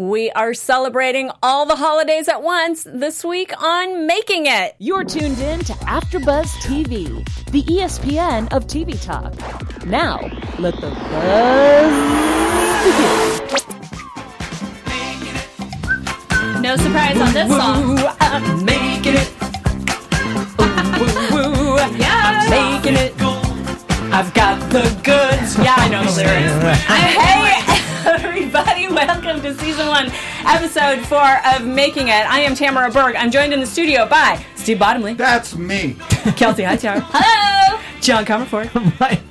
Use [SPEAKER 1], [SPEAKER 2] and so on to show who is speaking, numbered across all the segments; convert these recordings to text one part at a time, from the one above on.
[SPEAKER 1] We are celebrating all the holidays at once this week on Making It.
[SPEAKER 2] You're tuned in to AfterBuzz TV, the E ESPN of TV talk. Now, let the
[SPEAKER 3] Oh,
[SPEAKER 2] buzz begin.
[SPEAKER 1] No surprise on this song.
[SPEAKER 2] Ooh,
[SPEAKER 1] uh,
[SPEAKER 2] I'm making it. Ooh, ooh, ooh.
[SPEAKER 1] uh,
[SPEAKER 2] I'm making it. I've got the goods. Yeah, I know the lyrics.
[SPEAKER 1] Hey, everybody, welcome to season one, episode four of Making It. I am Tamara Berg. I'm joined in the studio by Steve Bottomley,
[SPEAKER 4] That's me.
[SPEAKER 1] Kelsey Hightower. Hello. John Comerford. And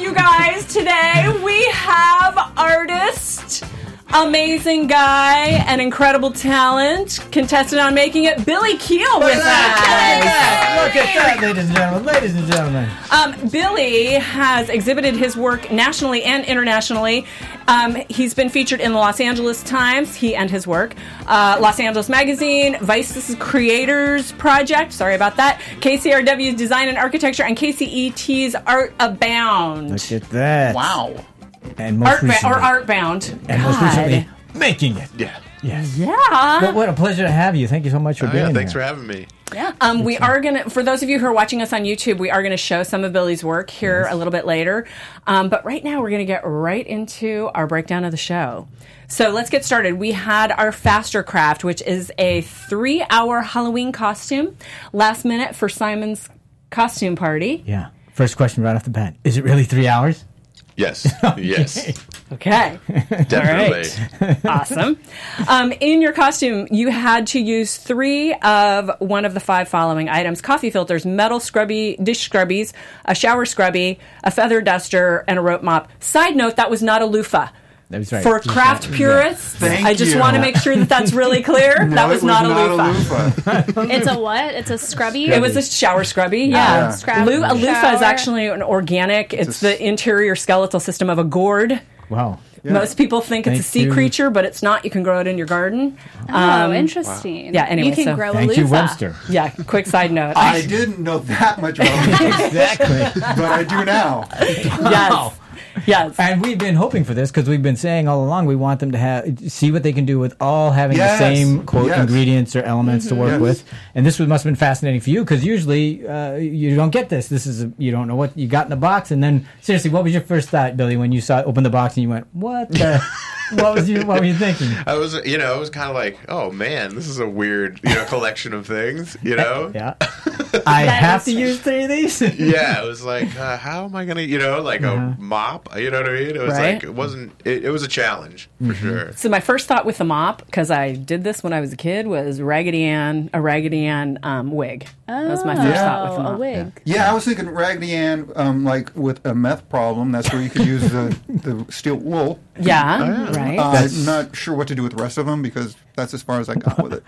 [SPEAKER 1] you guys, today we have artist, amazing guy, and incredible talent, contestant on making it, Billy Keel with us.
[SPEAKER 5] Look at that, ladies and gentlemen. Ladies and gentlemen.
[SPEAKER 1] Um, Billy has exhibited his work nationally and internationally. Um, he's been featured in the Los Angeles Times, he and his work, uh, Los Angeles Magazine, Vice's Creators Project, sorry about that, KCRW's Design and Architecture, and KCET's Art Abound.
[SPEAKER 5] Look at that.
[SPEAKER 4] Wow.
[SPEAKER 5] And most
[SPEAKER 1] Art ba-
[SPEAKER 5] recently,
[SPEAKER 1] or Artbound.
[SPEAKER 5] and most
[SPEAKER 1] God.
[SPEAKER 5] recently, making it.
[SPEAKER 6] Yeah.
[SPEAKER 5] Yes. But
[SPEAKER 1] Yeah.
[SPEAKER 5] what a pleasure to have you. Thank you so much for
[SPEAKER 6] Oh,
[SPEAKER 5] being
[SPEAKER 6] yeah. Thanks for
[SPEAKER 5] here.
[SPEAKER 6] having me.
[SPEAKER 1] Um, we are going to, for those of you who are watching us on YouTube, we are going to show some of Billy's work here a little bit later. Um, but right now, we're going to get right into our breakdown of the show. So let's get started. We had our Faster Craft, which is a three hour Halloween costume, last minute for Simon's costume party.
[SPEAKER 5] yeah. First question right off the bat. Is it really three hours?
[SPEAKER 6] Yes. Yes.
[SPEAKER 1] Okay.
[SPEAKER 6] Definitely.
[SPEAKER 1] awesome. Um, in your costume, you had to use three of one of the five following items coffee filters, metal scrubby, dish scrubbies, a shower scrubby, a feather duster, and a rope mop. Side note, that was not a loofah.
[SPEAKER 5] That was right.
[SPEAKER 1] For craft purists,
[SPEAKER 4] Thank
[SPEAKER 1] I just
[SPEAKER 4] you.
[SPEAKER 1] want to make sure that that's really clear. that
[SPEAKER 4] No,
[SPEAKER 1] was,
[SPEAKER 4] it
[SPEAKER 1] not, a loofah.
[SPEAKER 4] loofah.
[SPEAKER 3] It's a what? It's a scrubby.
[SPEAKER 1] It was a shower scrubby, yeah.
[SPEAKER 4] Yeah.
[SPEAKER 3] Scrub-
[SPEAKER 1] Lu- a loofah is
[SPEAKER 3] shower.
[SPEAKER 1] actually an organic. It's
[SPEAKER 4] Just-
[SPEAKER 1] the interior skeletal system of a gourd.
[SPEAKER 5] Wow.
[SPEAKER 1] Most people think it's a sea
[SPEAKER 5] Thank you.
[SPEAKER 1] creature, but it's not. You can grow it in your garden.
[SPEAKER 3] oh, interesting.
[SPEAKER 1] Yeah, anyway,
[SPEAKER 3] you can
[SPEAKER 1] so-
[SPEAKER 3] grow a
[SPEAKER 5] Thank
[SPEAKER 3] loofah.
[SPEAKER 5] you, Webster.
[SPEAKER 1] Yeah, quick side note.
[SPEAKER 4] I didn't know that much about loofah,
[SPEAKER 5] exactly.
[SPEAKER 4] but I do now.
[SPEAKER 1] yes. Yes.
[SPEAKER 5] And we've been hoping for this because we've been saying all along we want them to have see what they can do with all having
[SPEAKER 4] Yes.
[SPEAKER 5] the same quote
[SPEAKER 4] Yes. Mm-hmm.
[SPEAKER 5] ingredients or elements to work
[SPEAKER 4] Yes.
[SPEAKER 5] with. And this would, must have been fascinating for you because usually uh, you don't get this. This is a, you don't know what you got in the box. And then seriously, what was your first thought, Billy, when you saw opened the box and you went, "What the? what was you? What were you thinking?"
[SPEAKER 6] I was, you know, I was kind of like, oh man, this is a weird, you know, collection of things, you know?
[SPEAKER 5] Yeah, I have to use three of these.
[SPEAKER 6] Yeah, it was like, uh, how am I gonna, you know, like a mop? You know what I mean? It was
[SPEAKER 1] Right.
[SPEAKER 6] like, it wasn't. It, it was a challenge for sure.
[SPEAKER 1] So my first thought with the mop, because I did this when I was a kid, was Raggedy Ann, a Raggedy Ann um, wig. that was my first
[SPEAKER 4] Yeah.
[SPEAKER 1] thought with the
[SPEAKER 3] Oh,
[SPEAKER 1] mop.
[SPEAKER 3] a wig.
[SPEAKER 4] Yeah, I was thinking Raggedy Ann, um, like with a meth problem. That's where you could use the, the steel wool.
[SPEAKER 1] Yeah, right.
[SPEAKER 4] Uh, I'm not sure what to do with the rest of them because that's as far as I got with it.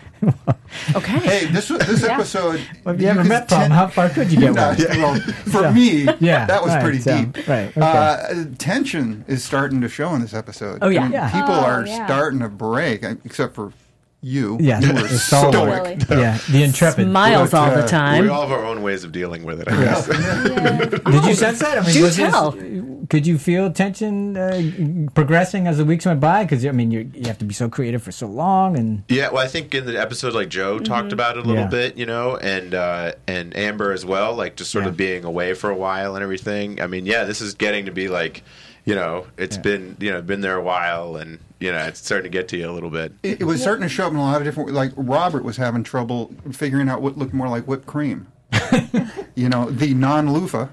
[SPEAKER 1] okay.
[SPEAKER 4] Hey, this was- this episode.
[SPEAKER 5] Well, if you have a
[SPEAKER 4] could
[SPEAKER 5] meth problem,
[SPEAKER 4] ten-
[SPEAKER 5] how far could you get
[SPEAKER 4] No,
[SPEAKER 5] one?
[SPEAKER 4] well, for me,
[SPEAKER 5] Yeah,
[SPEAKER 4] that was
[SPEAKER 5] right,
[SPEAKER 4] pretty
[SPEAKER 5] so,
[SPEAKER 4] deep.
[SPEAKER 5] right, okay.
[SPEAKER 4] Uh, tension is starting to show in this episode.
[SPEAKER 1] Oh, yeah.
[SPEAKER 4] I mean,
[SPEAKER 1] Yeah.
[SPEAKER 4] people
[SPEAKER 3] Oh,
[SPEAKER 4] are
[SPEAKER 3] yeah.
[SPEAKER 4] starting to break, I- except for you.
[SPEAKER 5] Yeah,
[SPEAKER 4] you
[SPEAKER 5] the-
[SPEAKER 4] were
[SPEAKER 5] the solid.
[SPEAKER 4] stoic.
[SPEAKER 3] Really.
[SPEAKER 5] Yeah, the intrepid.
[SPEAKER 1] Miles all the
[SPEAKER 4] uh,
[SPEAKER 6] We
[SPEAKER 1] time.
[SPEAKER 6] all have our own ways of dealing with it. I guess.
[SPEAKER 5] Did you sense that? I mean,
[SPEAKER 1] do
[SPEAKER 5] was this-
[SPEAKER 1] tell.
[SPEAKER 5] could you feel tension uh, progressing as the weeks went by? Because I mean, you you have to be so creative for so long, and
[SPEAKER 6] Yeah, well, I think in the episode, like Joe talked about it a little
[SPEAKER 5] Mm-hmm. Yeah.
[SPEAKER 6] bit, you know, and uh, and Amber as well, like just sort
[SPEAKER 5] Yeah.
[SPEAKER 6] of being away for a while and everything. I mean, yeah, this is getting to be like, you know, it's been you know been there a while, and you know, it's starting to get to you a little bit.
[SPEAKER 4] It, it was starting to show up in a lot of different. Like Robert was having trouble figuring out what looked more like whipped cream. you know, the non loofah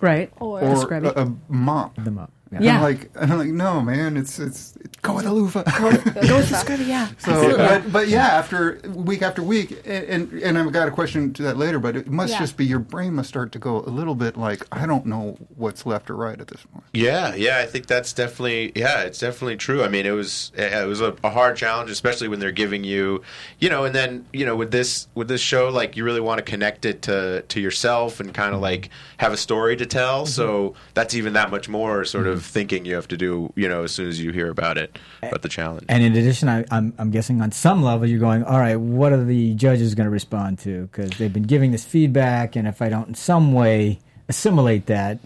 [SPEAKER 1] right.
[SPEAKER 3] Or,
[SPEAKER 4] or
[SPEAKER 1] scrubby.
[SPEAKER 4] a, a mop.
[SPEAKER 5] them up.
[SPEAKER 4] And
[SPEAKER 1] Yeah.
[SPEAKER 4] Oh, I'm like, and I'm like, no, man, it's it's go with the loofah.
[SPEAKER 3] go with the
[SPEAKER 1] Scrubby, yeah.
[SPEAKER 4] So, but, but yeah, after week after week, and and, and I've got a question to that later. But it must
[SPEAKER 3] Yeah.
[SPEAKER 4] just be your brain must start to go a little bit like I don't know what's left or right at this point.
[SPEAKER 6] Yeah, yeah, I think that's definitely yeah, it's definitely true. I mean, it was eh, it was a, a hard challenge, especially when they're giving you, you know, and then you know with this with this show, like you really want to connect it to to yourself and kind of like have a story to tell. So that's even that much more sort of thinking you have to do, you know, as soon as you hear about it about the challenge.
[SPEAKER 5] And in addition, I, I'm, I'm guessing on some level you're going, all right, what are the judges going to respond to? Because they've been giving this feedback, and if I don't in some way assimilate that,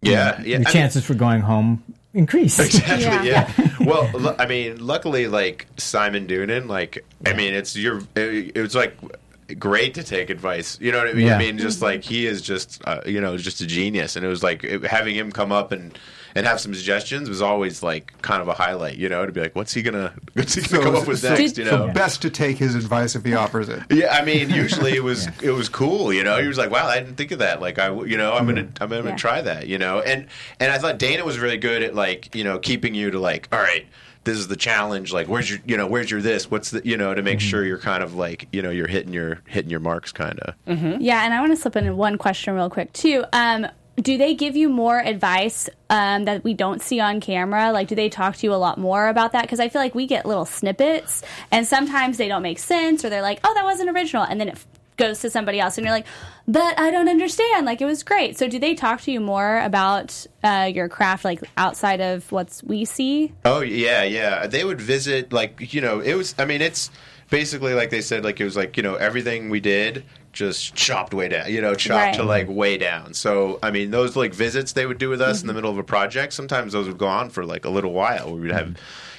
[SPEAKER 6] yeah, yeah,
[SPEAKER 5] your
[SPEAKER 6] I mean-
[SPEAKER 5] chances for going home increase.
[SPEAKER 6] Exactly.
[SPEAKER 3] Yeah.
[SPEAKER 6] Yeah. well, lu- I mean, luckily, like Simon Doonan, like I mean, it's your. It, it was like great to take advice. You know what I mean?
[SPEAKER 5] Yeah.
[SPEAKER 6] I mean, just like he is just uh, you know just a genius, and it was like it- having him come up and. And have some suggestions was always like kind of a highlight, you know, to be like, what's he gonna, what's he gonna come up with
[SPEAKER 4] so-
[SPEAKER 6] next, you know?
[SPEAKER 4] so best to take his advice if he offers it.
[SPEAKER 6] Yeah, I mean, usually it was it was cool, you know. He was like, "Wow, I didn't think of that." Like, I, w- you know, I'm gonna I'm gonna
[SPEAKER 1] Yeah.
[SPEAKER 6] try that, you know. And and I thought Dana was really good at like you know keeping you to like, all right, this is the challenge. Like, where's your you know where's your this? What's the you know to make sure you're kind of like you know you're hitting your hitting your marks kind of.
[SPEAKER 3] Yeah, and I want to slip in one question real quick too. Um, do they give you more advice um, that we don't see on camera? Like, do they talk to you a lot more about that? Because I feel like we get little snippets, and sometimes they don't make sense, or they're like, "Oh, that wasn't original," and then it f- goes to somebody else, and you're like, "But I don't understand." Like, it was great. So, do they talk to you more about uh, your craft, like outside of what's we see?
[SPEAKER 6] Oh yeah, yeah. They would visit like you know it was. I mean, it's basically like they said like it was like you know everything we did just chopped way down. You know, chopped to
[SPEAKER 3] Right.
[SPEAKER 6] like way down. So I mean, those like visits they would do with us in the middle of a project. Sometimes those would go on for like a little while. We would have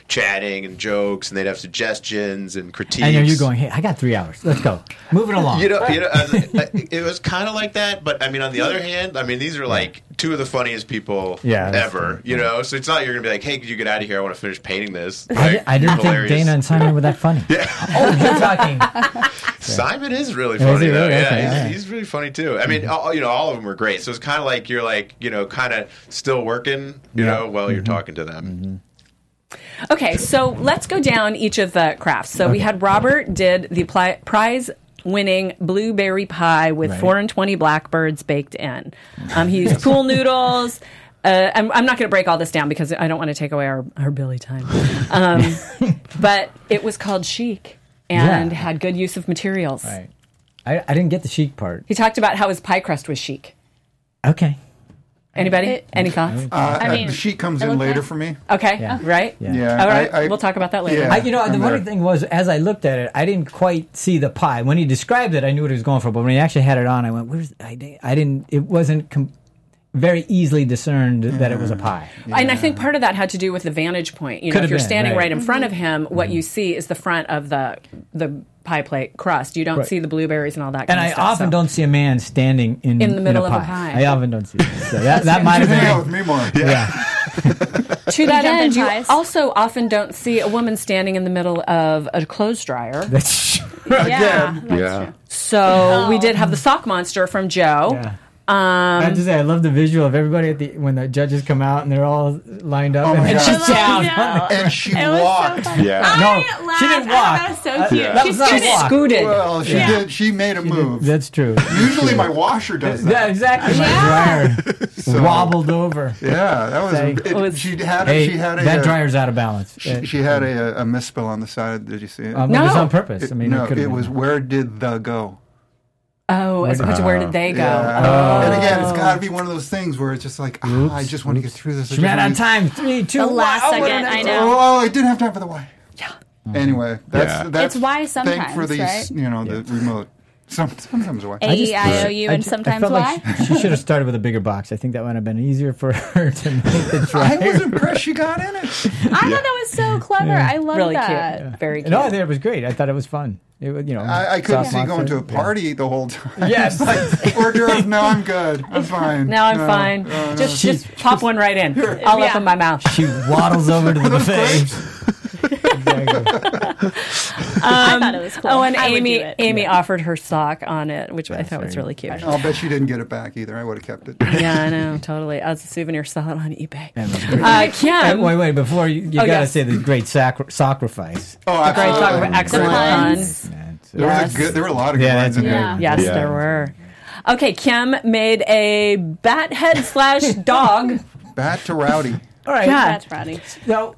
[SPEAKER 6] chatting and jokes, and they'd have suggestions and critiques.
[SPEAKER 5] I know you're going. Hey, I got three hours. Let's go. Moving along.
[SPEAKER 6] You know, you know, as- I- it was kind of like that. But I mean, on the other hand, I mean, these are like two of the funniest people
[SPEAKER 5] Yeah, that's
[SPEAKER 6] ever. You know, so it's not you're gonna be like, "Hey, could you get out of here? I want to finish painting this."
[SPEAKER 5] I,
[SPEAKER 6] Like,
[SPEAKER 5] di- I didn't
[SPEAKER 6] hilarious.
[SPEAKER 5] think Dana and Simon were that funny. Yeah. Oh, you're talking.
[SPEAKER 6] Simon is really
[SPEAKER 5] Yeah, Mm-hmm. is
[SPEAKER 6] funny
[SPEAKER 5] he
[SPEAKER 6] though.
[SPEAKER 5] really?
[SPEAKER 6] Yeah,
[SPEAKER 5] Okay,
[SPEAKER 6] he's,
[SPEAKER 5] alright.
[SPEAKER 6] he's really funny too. I mean, all, you know, all of them were great. So it's kind of like you're like, you know, kind of still working, you
[SPEAKER 5] Yeah. Mm-hmm.
[SPEAKER 6] know, while you're talking to them.
[SPEAKER 1] Okay, so let's go down each of the crafts. So we had Robert did the pli- prize winning blueberry pie with
[SPEAKER 5] Right.
[SPEAKER 1] 420 blackbirds baked in. Um, he used pool noodles. Uh, I'm, I'm not going to break all this down because I don't want to take away our, our Billy time. Um, but it was called chic and
[SPEAKER 5] Yeah.
[SPEAKER 1] had good use of materials.
[SPEAKER 5] Right. I, I didn't get the chic part.
[SPEAKER 1] He talked about how his pie crust was chic.
[SPEAKER 5] Okay.
[SPEAKER 1] Anybody?
[SPEAKER 3] It-
[SPEAKER 1] Any thoughts?
[SPEAKER 4] Uh,
[SPEAKER 3] I
[SPEAKER 4] uh,
[SPEAKER 3] mean,
[SPEAKER 4] she comes
[SPEAKER 3] it
[SPEAKER 4] in
[SPEAKER 3] looked
[SPEAKER 4] later
[SPEAKER 3] nice.
[SPEAKER 4] for me.
[SPEAKER 1] okay,
[SPEAKER 5] Yeah.
[SPEAKER 1] right?
[SPEAKER 5] Yeah.
[SPEAKER 4] Yeah,
[SPEAKER 1] All right,
[SPEAKER 4] I- I-
[SPEAKER 1] we'll talk about that later.
[SPEAKER 4] yeah,
[SPEAKER 5] I, you know,
[SPEAKER 4] I'm
[SPEAKER 5] the funny
[SPEAKER 4] there.
[SPEAKER 5] thing was, as I looked at it, I didn't quite see the pie. When he described it, I knew what he was going for, but when he actually had it on, I went, "Where's?" I, di- I didn't. It wasn't com- very easily discerned that it was a pie.
[SPEAKER 1] And I think part of that had to do with the vantage point. You know,
[SPEAKER 5] Could
[SPEAKER 1] if
[SPEAKER 5] have
[SPEAKER 1] you're
[SPEAKER 5] been,
[SPEAKER 1] standing
[SPEAKER 5] right. Mm-hmm.
[SPEAKER 1] right, in front of
[SPEAKER 3] Mm-hmm.
[SPEAKER 1] him, what you see is the front of the the pie plate crust. You don't
[SPEAKER 5] Right.
[SPEAKER 1] see the blueberries and all that.
[SPEAKER 5] And
[SPEAKER 1] kind
[SPEAKER 5] I
[SPEAKER 1] of stuff,
[SPEAKER 5] often
[SPEAKER 1] so-
[SPEAKER 5] don't see a man standing in
[SPEAKER 1] In the middle
[SPEAKER 5] a
[SPEAKER 1] of a
[SPEAKER 5] pie.
[SPEAKER 1] pie.
[SPEAKER 5] I often don't see that. So that, that might have
[SPEAKER 4] Hang out
[SPEAKER 5] been.
[SPEAKER 4] with me more.
[SPEAKER 5] Yeah.
[SPEAKER 1] To that
[SPEAKER 3] Jumping
[SPEAKER 1] end, you
[SPEAKER 3] pies.
[SPEAKER 1] also often don't see a woman standing in the middle of a clothes dryer.
[SPEAKER 5] That's
[SPEAKER 3] Yeah,
[SPEAKER 5] Mm-hmm.
[SPEAKER 3] that's
[SPEAKER 6] Yeah.
[SPEAKER 3] true.
[SPEAKER 1] So
[SPEAKER 3] Oh.
[SPEAKER 1] we did have the sock monster from Joe. Um,
[SPEAKER 5] yeah. I have to say, I love the visual of everybody at the when the judges come out and they're all lined up.
[SPEAKER 4] Oh
[SPEAKER 5] and
[SPEAKER 4] my
[SPEAKER 5] and
[SPEAKER 4] God.
[SPEAKER 5] she's down.
[SPEAKER 3] Yeah.
[SPEAKER 4] And she
[SPEAKER 3] It was so
[SPEAKER 4] walked.
[SPEAKER 3] funny.
[SPEAKER 6] Yeah.
[SPEAKER 5] No,
[SPEAKER 3] I
[SPEAKER 5] she didn't
[SPEAKER 3] laughed. I thought
[SPEAKER 5] walk. Uh,
[SPEAKER 3] that was so cute.
[SPEAKER 5] that
[SPEAKER 3] She
[SPEAKER 5] was not
[SPEAKER 1] She
[SPEAKER 5] a walk.
[SPEAKER 1] scooted.
[SPEAKER 4] Well, she
[SPEAKER 3] Yeah.
[SPEAKER 4] did. She made a move.
[SPEAKER 5] That's true.
[SPEAKER 4] Usually my washer does that.
[SPEAKER 5] Yeah, exactly. My dryer wobbled over.
[SPEAKER 4] Yeah, that was.
[SPEAKER 5] Say-
[SPEAKER 4] it-
[SPEAKER 1] was-
[SPEAKER 4] she had. A,
[SPEAKER 5] Hey,
[SPEAKER 4] she had a.
[SPEAKER 5] that
[SPEAKER 4] uh,
[SPEAKER 5] dryer's out of balance.
[SPEAKER 4] She, she had a, a misspell on the side. Did you see it?
[SPEAKER 5] um,
[SPEAKER 1] No.
[SPEAKER 5] It was on purpose. I mean,
[SPEAKER 4] no,
[SPEAKER 5] it, could
[SPEAKER 4] it was where did the go?
[SPEAKER 1] Oh, as opposed to where did they go? Oh,
[SPEAKER 4] Yeah. And again, it's got to be one of those things where it's just like, ah, I just want to get through this. I
[SPEAKER 5] She
[SPEAKER 4] just
[SPEAKER 5] ran
[SPEAKER 4] wanna
[SPEAKER 5] on
[SPEAKER 4] get-
[SPEAKER 5] time. Three, two,
[SPEAKER 3] The
[SPEAKER 5] one.
[SPEAKER 3] last
[SPEAKER 5] Oh, what an
[SPEAKER 3] second, I
[SPEAKER 5] ex-
[SPEAKER 3] know.
[SPEAKER 4] Oh, I didn't have time for the why. Yeah. Anyway, that's
[SPEAKER 6] Yeah.
[SPEAKER 4] that's
[SPEAKER 3] It's why
[SPEAKER 4] Thank for
[SPEAKER 3] sometimes,
[SPEAKER 4] these,
[SPEAKER 3] right?
[SPEAKER 4] you know, the remote. Some, sometimes why.
[SPEAKER 3] A E I O U
[SPEAKER 5] I
[SPEAKER 3] and
[SPEAKER 5] ju- I
[SPEAKER 3] sometimes
[SPEAKER 5] felt
[SPEAKER 3] Y.
[SPEAKER 5] like she- she should have started with a bigger box. I think that would have been easier for her to make the
[SPEAKER 4] I
[SPEAKER 5] dryer.
[SPEAKER 4] was impressed she got in it.
[SPEAKER 3] Oh, I thought that was so clever. I love
[SPEAKER 1] Really
[SPEAKER 3] that.
[SPEAKER 1] cute. Very cute.
[SPEAKER 5] no, I think oh, it was great. I thought it was fun. It was, you know,
[SPEAKER 4] I, I couldn't
[SPEAKER 5] soft
[SPEAKER 4] see going
[SPEAKER 5] monster.
[SPEAKER 4] to a party the whole time.
[SPEAKER 5] Yeah. Yes.
[SPEAKER 4] Hors d'oeuvres, no, I'm good. I'm fine.
[SPEAKER 1] Now I'm
[SPEAKER 4] No,
[SPEAKER 1] fine.
[SPEAKER 4] no, no.
[SPEAKER 1] just
[SPEAKER 5] She-
[SPEAKER 1] just pop one right in, all up
[SPEAKER 3] Yeah.
[SPEAKER 1] in my mouth.
[SPEAKER 5] she waddles over to the buffet.
[SPEAKER 4] grapes?
[SPEAKER 5] Exactly.
[SPEAKER 3] I thought it was cool.
[SPEAKER 1] Oh, and
[SPEAKER 3] I would
[SPEAKER 1] Amy
[SPEAKER 3] do it.
[SPEAKER 1] Amy offered her sock on it, which I thought was really cute.
[SPEAKER 4] I'll bet she didn't get it back either. I would have kept it.
[SPEAKER 1] Yeah, I know, totally. As a souvenir, saw it on eBay.
[SPEAKER 5] And-
[SPEAKER 1] Uh,
[SPEAKER 5] Hey,
[SPEAKER 1] Kim,
[SPEAKER 5] wait, wait! Before you, you
[SPEAKER 1] Oh,
[SPEAKER 5] gotta
[SPEAKER 1] yes.
[SPEAKER 5] say the great sacri- sacrifice.
[SPEAKER 4] Oh,
[SPEAKER 1] great
[SPEAKER 4] absolutely.
[SPEAKER 1] talk, excellent
[SPEAKER 3] puns.
[SPEAKER 1] puns.
[SPEAKER 5] Yes, man. So-
[SPEAKER 4] There,
[SPEAKER 1] Yes.
[SPEAKER 4] was a good, there were a lot of good
[SPEAKER 5] Yeah,
[SPEAKER 4] lines
[SPEAKER 5] that's
[SPEAKER 4] in
[SPEAKER 5] a
[SPEAKER 4] there.
[SPEAKER 5] good
[SPEAKER 3] Yeah.
[SPEAKER 5] one.
[SPEAKER 1] Yes, there were. Okay, Kim made a bat head slash dog.
[SPEAKER 4] Back to Rowdy.
[SPEAKER 5] All right.
[SPEAKER 1] Yeah.
[SPEAKER 3] That's funny.
[SPEAKER 5] Now,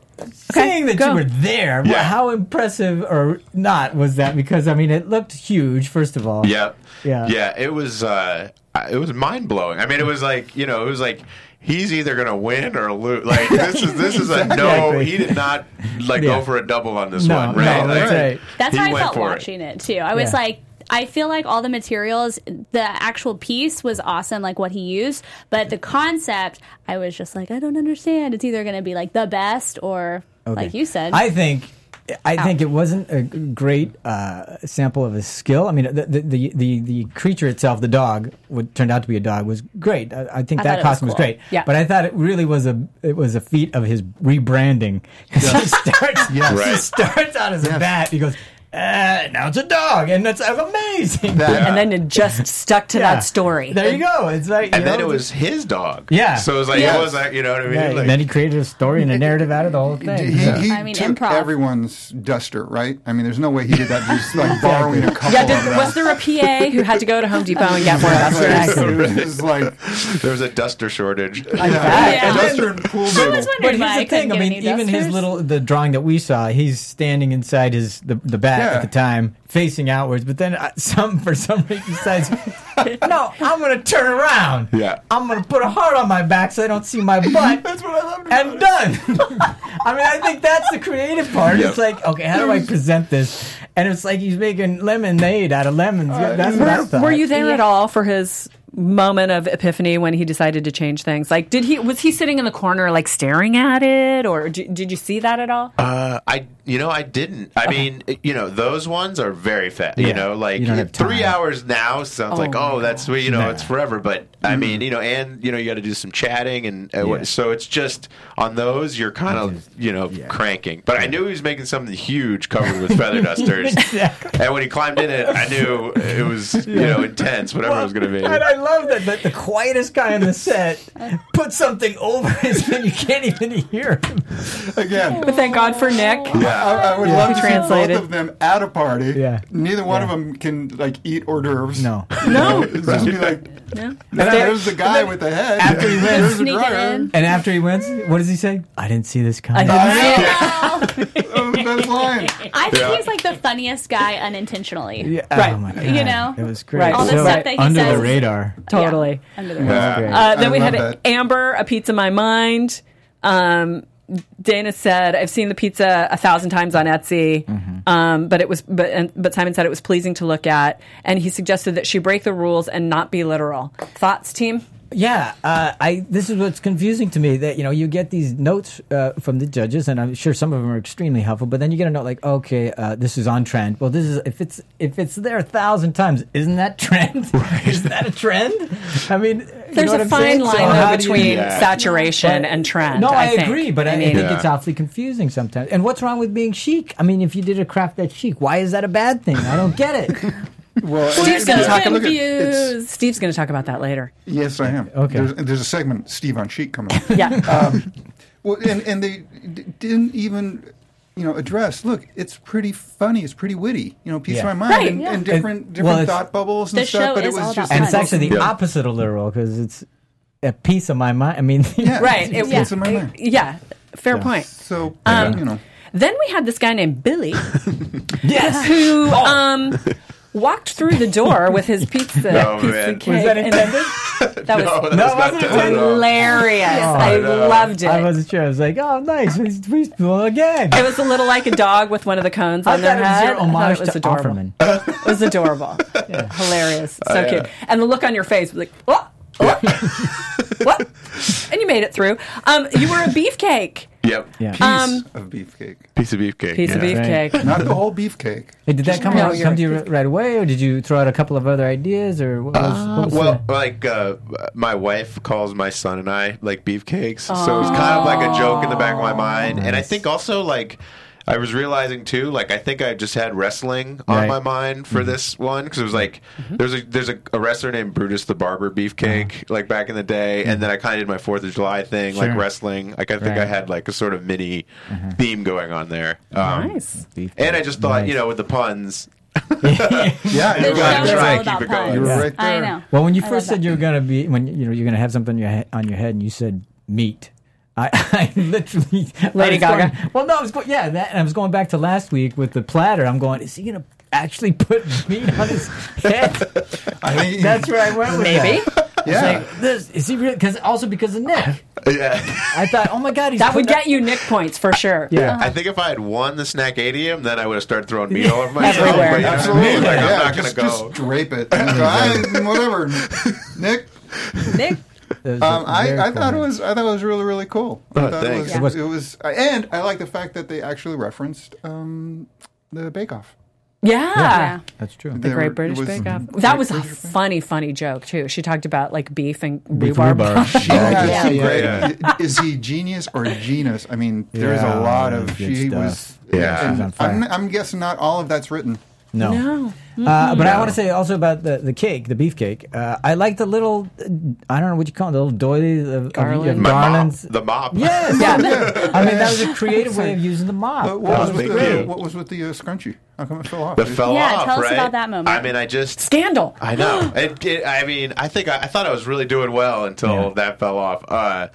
[SPEAKER 5] saying that
[SPEAKER 1] go.
[SPEAKER 5] you were there, well,
[SPEAKER 6] Yeah.
[SPEAKER 5] how impressive or not was that? Because I mean, it looked huge. First of all,
[SPEAKER 6] Yeah.
[SPEAKER 5] Yeah.
[SPEAKER 6] Yeah. It was uh, it was mind blowing. I mean, it was like you know, it was like he's either gonna win or lose. Like this is this is a no.
[SPEAKER 5] Exactly.
[SPEAKER 6] He did not like
[SPEAKER 5] Yeah.
[SPEAKER 6] go for a double on this
[SPEAKER 5] No,
[SPEAKER 6] one, right?
[SPEAKER 5] no,
[SPEAKER 6] Like,
[SPEAKER 5] that's right.
[SPEAKER 3] That's
[SPEAKER 6] he
[SPEAKER 3] how I
[SPEAKER 6] went
[SPEAKER 3] felt
[SPEAKER 6] for it.
[SPEAKER 3] watching it. too. I was
[SPEAKER 5] Yeah.
[SPEAKER 3] like, I feel like all the materials, the actual piece was awesome, like what he used, but the concept, I was just like, I don't understand. It's either going to be like the best or, like you said,
[SPEAKER 5] I think. I think it wasn't a great uh, sample of his skill. I mean, the, the the the the creature itself, the dog, what turned out to be a dog, was great. I, I think
[SPEAKER 3] I thought
[SPEAKER 5] that
[SPEAKER 3] it was
[SPEAKER 5] costume was,
[SPEAKER 3] cool.
[SPEAKER 5] great.
[SPEAKER 1] Yeah.
[SPEAKER 5] But I thought it really was a it was a feat of his rebranding. 'Cause he starts he
[SPEAKER 6] Right.
[SPEAKER 5] starts out as a bat. He goes, uh, now it's a dog, and that's amazing.
[SPEAKER 4] That-
[SPEAKER 1] and then it just stuck to
[SPEAKER 5] Yeah.
[SPEAKER 1] that story.
[SPEAKER 5] There you go. It's like,
[SPEAKER 6] and
[SPEAKER 5] you
[SPEAKER 6] then
[SPEAKER 5] know,
[SPEAKER 6] it was his dog.
[SPEAKER 5] Yeah.
[SPEAKER 6] So it was like
[SPEAKER 4] Yeah.
[SPEAKER 6] it was like you know what I mean.
[SPEAKER 5] yeah,
[SPEAKER 6] Like-
[SPEAKER 5] and then he created a story and a narrative out of the whole thing.
[SPEAKER 4] He, he
[SPEAKER 3] I mean,
[SPEAKER 4] took
[SPEAKER 3] improv.
[SPEAKER 4] everyone's duster, right? I mean, there's no way he did that. He's like borrowing a couple
[SPEAKER 1] Yeah,
[SPEAKER 4] of
[SPEAKER 1] did,
[SPEAKER 4] them.
[SPEAKER 1] was there a PA who had to go to Home Depot and get more of
[SPEAKER 4] So
[SPEAKER 1] that?
[SPEAKER 4] it was just like,
[SPEAKER 6] there was a duster shortage.
[SPEAKER 1] Yeah.
[SPEAKER 4] and duster and pool noodle.
[SPEAKER 3] was
[SPEAKER 5] But
[SPEAKER 3] wondering
[SPEAKER 5] here's
[SPEAKER 3] why I
[SPEAKER 5] the
[SPEAKER 3] couldn't
[SPEAKER 5] thing. I
[SPEAKER 3] get
[SPEAKER 5] mean,
[SPEAKER 3] any
[SPEAKER 5] even his
[SPEAKER 3] dusters.
[SPEAKER 5] little the drawing that we saw, he's standing inside his the, the bat
[SPEAKER 4] Yeah.
[SPEAKER 5] at the time, facing outwards. But then uh, some for some reason decides, no, I'm gonna turn around.
[SPEAKER 6] Yeah.
[SPEAKER 5] I'm gonna put a heart on my back so I don't see my butt.
[SPEAKER 4] That's what I loved. About
[SPEAKER 5] and done. I mean, I think that's the creative part.
[SPEAKER 6] Yep.
[SPEAKER 5] It's like, okay, how do I present this? And it's like he's making lemonade out of lemons. Yeah, that's what I
[SPEAKER 1] Were,
[SPEAKER 5] thought.
[SPEAKER 1] were you there at all for his moment of epiphany when he decided to change things? Like, did he was he sitting in the corner like staring at it, or did, did you see that at all?
[SPEAKER 6] Uh, I you know I didn't. I mean you know those ones are very fast.
[SPEAKER 5] Yeah.
[SPEAKER 6] You know like
[SPEAKER 5] You don't have
[SPEAKER 6] three
[SPEAKER 5] time.
[SPEAKER 6] hours now sounds like
[SPEAKER 1] my
[SPEAKER 6] oh that's sweet. You know
[SPEAKER 5] Nah. Mm-hmm.
[SPEAKER 6] it's forever. But I mean you know and you know you got to do some chatting and uh,
[SPEAKER 5] Yeah.
[SPEAKER 6] what so it's just on those you're kind of you know cranking. But I knew he was making something huge covered with feather dusters. And when he climbed in it, I knew it was you know intense whatever it was going to be.
[SPEAKER 5] And I love that, that the quietest guy on the set put something over his thing you can't even hear him.
[SPEAKER 4] Again,
[SPEAKER 1] But thank God for Nick.
[SPEAKER 4] I, I would love to see
[SPEAKER 1] Translated.
[SPEAKER 4] both of them at a party.
[SPEAKER 5] Yeah.
[SPEAKER 4] Neither one
[SPEAKER 5] Yeah.
[SPEAKER 4] of them can like eat hors d'oeuvres.
[SPEAKER 5] No.
[SPEAKER 4] No. It's just be like, no, there's the guy with the head.
[SPEAKER 5] after he wins-
[SPEAKER 4] There's the
[SPEAKER 3] Sneak it
[SPEAKER 4] dryer.
[SPEAKER 3] in.
[SPEAKER 5] And after he wins, what does he say? I didn't see this coming.
[SPEAKER 1] I
[SPEAKER 4] Oh, That's lying.
[SPEAKER 3] I think
[SPEAKER 6] Yeah.
[SPEAKER 3] he's like the funniest guy unintentionally.
[SPEAKER 5] Yeah,
[SPEAKER 1] Right.
[SPEAKER 5] Oh my God.
[SPEAKER 3] You know?
[SPEAKER 5] it was great.
[SPEAKER 1] Right. All the
[SPEAKER 5] So
[SPEAKER 3] stuff that he
[SPEAKER 5] under
[SPEAKER 3] says
[SPEAKER 5] the
[SPEAKER 3] is-
[SPEAKER 5] radar.
[SPEAKER 1] totally.
[SPEAKER 3] Yeah, under the radar.
[SPEAKER 6] Yeah.
[SPEAKER 5] Great.
[SPEAKER 1] Uh, then
[SPEAKER 4] I
[SPEAKER 1] we had
[SPEAKER 4] love
[SPEAKER 1] a,
[SPEAKER 4] that.
[SPEAKER 1] Amber, a pizza my mind. Um, Dana said, "I've seen the pizza a thousand times on Etsy, um, but it was but and, but Simon said it was pleasing to look at, and he suggested that she break the rules and not be literal. Thoughts, team?
[SPEAKER 5] Yeah, uh, I. This is what's confusing to me that you know you get these notes uh, from the judges, and I'm sure some of them are extremely helpful. But then you get a note like, okay, uh, this is on trend. Well, this is if it's if it's there a thousand times, isn't that trend? isn't that a trend? I mean,
[SPEAKER 1] There's a fine line though, between
[SPEAKER 6] Yeah.
[SPEAKER 1] saturation and trend.
[SPEAKER 5] No, I,
[SPEAKER 1] think.
[SPEAKER 5] agree, but I, I
[SPEAKER 1] mean,
[SPEAKER 5] think
[SPEAKER 6] Yeah.
[SPEAKER 5] it's awfully confusing sometimes. And what's wrong with being chic? I mean, if you did a craft that's chic, why is that a bad thing? I don't get it.
[SPEAKER 4] Well,
[SPEAKER 1] Steve's going to
[SPEAKER 4] yeah,
[SPEAKER 1] talk
[SPEAKER 4] look
[SPEAKER 1] about
[SPEAKER 4] at- it's-
[SPEAKER 1] Steve's going to talk about that later.
[SPEAKER 4] Yes, I am.
[SPEAKER 5] Okay.
[SPEAKER 4] There's, there's a segment, Steve on Sheet, coming up. Um,
[SPEAKER 1] Yeah,
[SPEAKER 4] Well, and, and they d- didn't even, you know, address. Look, it's pretty funny. It's pretty witty. You know, piece
[SPEAKER 5] Yeah.
[SPEAKER 4] of my mind
[SPEAKER 1] Right,
[SPEAKER 4] and,
[SPEAKER 1] yeah.
[SPEAKER 4] and
[SPEAKER 5] And-
[SPEAKER 4] different
[SPEAKER 5] well,
[SPEAKER 4] different
[SPEAKER 5] it's-
[SPEAKER 4] thought bubbles and
[SPEAKER 3] The
[SPEAKER 4] stuff.
[SPEAKER 3] show
[SPEAKER 4] But it
[SPEAKER 3] is
[SPEAKER 4] was
[SPEAKER 3] all
[SPEAKER 4] just
[SPEAKER 3] about
[SPEAKER 5] and it's
[SPEAKER 3] fun.
[SPEAKER 5] actually the
[SPEAKER 6] Yeah.
[SPEAKER 5] opposite of literal because it's a piece of my mind. I mean,
[SPEAKER 4] yeah,
[SPEAKER 1] right.
[SPEAKER 4] It's, it's in my
[SPEAKER 1] it-
[SPEAKER 4] mind.
[SPEAKER 1] yeah, Um, fair point.
[SPEAKER 4] So you know,
[SPEAKER 1] Then we had this guy named Billy.
[SPEAKER 5] yes. Oh.
[SPEAKER 1] who um, walked through the door with his pizza.
[SPEAKER 6] Oh,
[SPEAKER 1] pizza
[SPEAKER 6] man.
[SPEAKER 1] cake
[SPEAKER 5] Was that
[SPEAKER 1] and-
[SPEAKER 5] intended?
[SPEAKER 1] That was
[SPEAKER 5] No,
[SPEAKER 6] No, Oh, that was
[SPEAKER 5] wasn't
[SPEAKER 6] not done at all.
[SPEAKER 1] hilarious. Oh, I
[SPEAKER 6] no.
[SPEAKER 1] loved it.
[SPEAKER 5] I wasn't sure. I was like, oh, nice. He's he's doing it again.
[SPEAKER 1] it was a little like a dog with one of the cones
[SPEAKER 5] I
[SPEAKER 1] on their
[SPEAKER 5] thought it was
[SPEAKER 1] head.
[SPEAKER 5] your
[SPEAKER 1] I thought
[SPEAKER 5] homage
[SPEAKER 1] it was
[SPEAKER 5] to
[SPEAKER 1] adorable.
[SPEAKER 5] Offerman.
[SPEAKER 1] It was adorable. Hilarious. So
[SPEAKER 6] yeah.
[SPEAKER 1] cute. And the look on your face was like, oh, what? What? what? And you made it through. Um, you were a beefcake.
[SPEAKER 6] Yep.
[SPEAKER 5] Yeah.
[SPEAKER 4] piece
[SPEAKER 1] um,
[SPEAKER 4] of beefcake,
[SPEAKER 6] Piece of beefcake.
[SPEAKER 1] Piece of
[SPEAKER 6] yeah.
[SPEAKER 1] beefcake.
[SPEAKER 4] not the whole beefcake.
[SPEAKER 5] Hey, did that come,
[SPEAKER 1] No,
[SPEAKER 5] out-
[SPEAKER 1] you're-
[SPEAKER 5] come to you ri- right away, or did you throw out a couple of other ideas, or what was,
[SPEAKER 3] Ah.
[SPEAKER 5] what was
[SPEAKER 6] Well,
[SPEAKER 5] the-
[SPEAKER 6] like uh, my wife calls my son and I like beefcakes, so
[SPEAKER 3] Ah.
[SPEAKER 6] it's kind of like a joke in the back of my mind. And I think also like I was realizing too, like I think I just had wrestling on
[SPEAKER 5] Right. Mm-hmm.
[SPEAKER 6] my mind for this one because it was like there's a there's a, a wrestler named Brutus the Barber Beefcake like back in the day, and then I kind of did my Fourth of July thing,
[SPEAKER 5] Ah. Mm-hmm. Sure.
[SPEAKER 6] like wrestling. Like I think I
[SPEAKER 5] Right. Mm-hmm.
[SPEAKER 6] had like a sort of mini theme going on there. Um,
[SPEAKER 1] Nice.
[SPEAKER 6] And I just thought,
[SPEAKER 5] Nice.
[SPEAKER 6] you know, with the puns,
[SPEAKER 4] Yeah,
[SPEAKER 3] The
[SPEAKER 4] you
[SPEAKER 6] gotta
[SPEAKER 3] show is
[SPEAKER 6] try
[SPEAKER 3] all
[SPEAKER 6] and keep
[SPEAKER 3] about
[SPEAKER 6] it going.
[SPEAKER 3] puns.
[SPEAKER 4] You were right
[SPEAKER 3] I
[SPEAKER 4] there.
[SPEAKER 3] know.
[SPEAKER 5] Well, when you
[SPEAKER 3] I
[SPEAKER 5] first
[SPEAKER 3] love
[SPEAKER 5] said you were gonna be when you know you're gonna have something on your head, on your head, and you said meat. I, I literally I
[SPEAKER 1] Lady
[SPEAKER 5] was going-
[SPEAKER 1] Gaga.
[SPEAKER 5] well, no, I was going, yeah, that, and I was going back to last week with the platter. I'm going, is he gonna actually put meat on his head?
[SPEAKER 4] I think
[SPEAKER 5] That's where I went with
[SPEAKER 1] Maybe.
[SPEAKER 5] that. It's
[SPEAKER 4] Yeah.
[SPEAKER 5] like, this is he really? Because also because of Nick,
[SPEAKER 6] Yeah.
[SPEAKER 5] I thought, oh my god, he's
[SPEAKER 1] That would
[SPEAKER 5] putting
[SPEAKER 1] get you Nick points for sure.
[SPEAKER 5] Yeah.
[SPEAKER 6] I think if I had won the snack adium, then I would have started throwing meat all over myself.
[SPEAKER 1] Everywhere.
[SPEAKER 6] but you know what I mean?
[SPEAKER 4] Absolutely.
[SPEAKER 6] Like,
[SPEAKER 4] yeah,
[SPEAKER 6] I'm not
[SPEAKER 4] just,
[SPEAKER 6] going to
[SPEAKER 4] just
[SPEAKER 6] go.
[SPEAKER 4] drape it. And go, "I- whatever. Nick,
[SPEAKER 1] Nick,
[SPEAKER 5] up- it was
[SPEAKER 4] um, I,
[SPEAKER 5] very
[SPEAKER 4] I thought it
[SPEAKER 5] cool.
[SPEAKER 4] was I thought it was really really cool.
[SPEAKER 6] Oh,
[SPEAKER 4] I thought
[SPEAKER 6] thanks.
[SPEAKER 4] It
[SPEAKER 5] was-
[SPEAKER 4] was, it was, and I like the fact that they actually referenced um, the Bake Off.
[SPEAKER 1] yeah.
[SPEAKER 3] Yeah.
[SPEAKER 5] That's true.
[SPEAKER 4] The
[SPEAKER 1] Great British Bake Off. That was a funny, funny joke too. She talked about like beef and rhubarb.
[SPEAKER 4] She had
[SPEAKER 3] Yeah.
[SPEAKER 4] some
[SPEAKER 6] Yeah.
[SPEAKER 4] great.
[SPEAKER 6] Yeah.
[SPEAKER 4] Is he genius or genius? I mean, there's
[SPEAKER 5] Yeah,
[SPEAKER 4] a lot of.
[SPEAKER 5] good
[SPEAKER 4] She
[SPEAKER 5] stuff.
[SPEAKER 4] was.
[SPEAKER 6] Yeah.
[SPEAKER 4] and
[SPEAKER 6] She's
[SPEAKER 5] on fire.
[SPEAKER 4] I'm, I'm guessing not all of that's written.
[SPEAKER 5] No.
[SPEAKER 1] No.
[SPEAKER 5] Uh, but I want to say also about the, the cake, the beef cake. Uh, I like the little, uh, I don't know what you call it, the little doily of- of,
[SPEAKER 1] Garland.
[SPEAKER 5] of
[SPEAKER 6] My mop.
[SPEAKER 5] garlands.
[SPEAKER 6] The mop.
[SPEAKER 5] Yes. I mean, that was a creative way of using the
[SPEAKER 4] But
[SPEAKER 5] mop.
[SPEAKER 4] what,
[SPEAKER 6] That
[SPEAKER 4] was
[SPEAKER 6] was
[SPEAKER 4] with
[SPEAKER 6] big
[SPEAKER 4] the,
[SPEAKER 6] deal.
[SPEAKER 4] what was with the uh, scrunchie? How come it fell off?
[SPEAKER 6] That fell
[SPEAKER 3] Yeah,
[SPEAKER 6] off,
[SPEAKER 3] tell us
[SPEAKER 6] right?
[SPEAKER 3] about that moment.
[SPEAKER 6] I mean, I just
[SPEAKER 1] Scandal.
[SPEAKER 6] I know. It, it, I mean, I think I, I thought I was really doing well until
[SPEAKER 5] Yeah.
[SPEAKER 6] that fell off. Uh,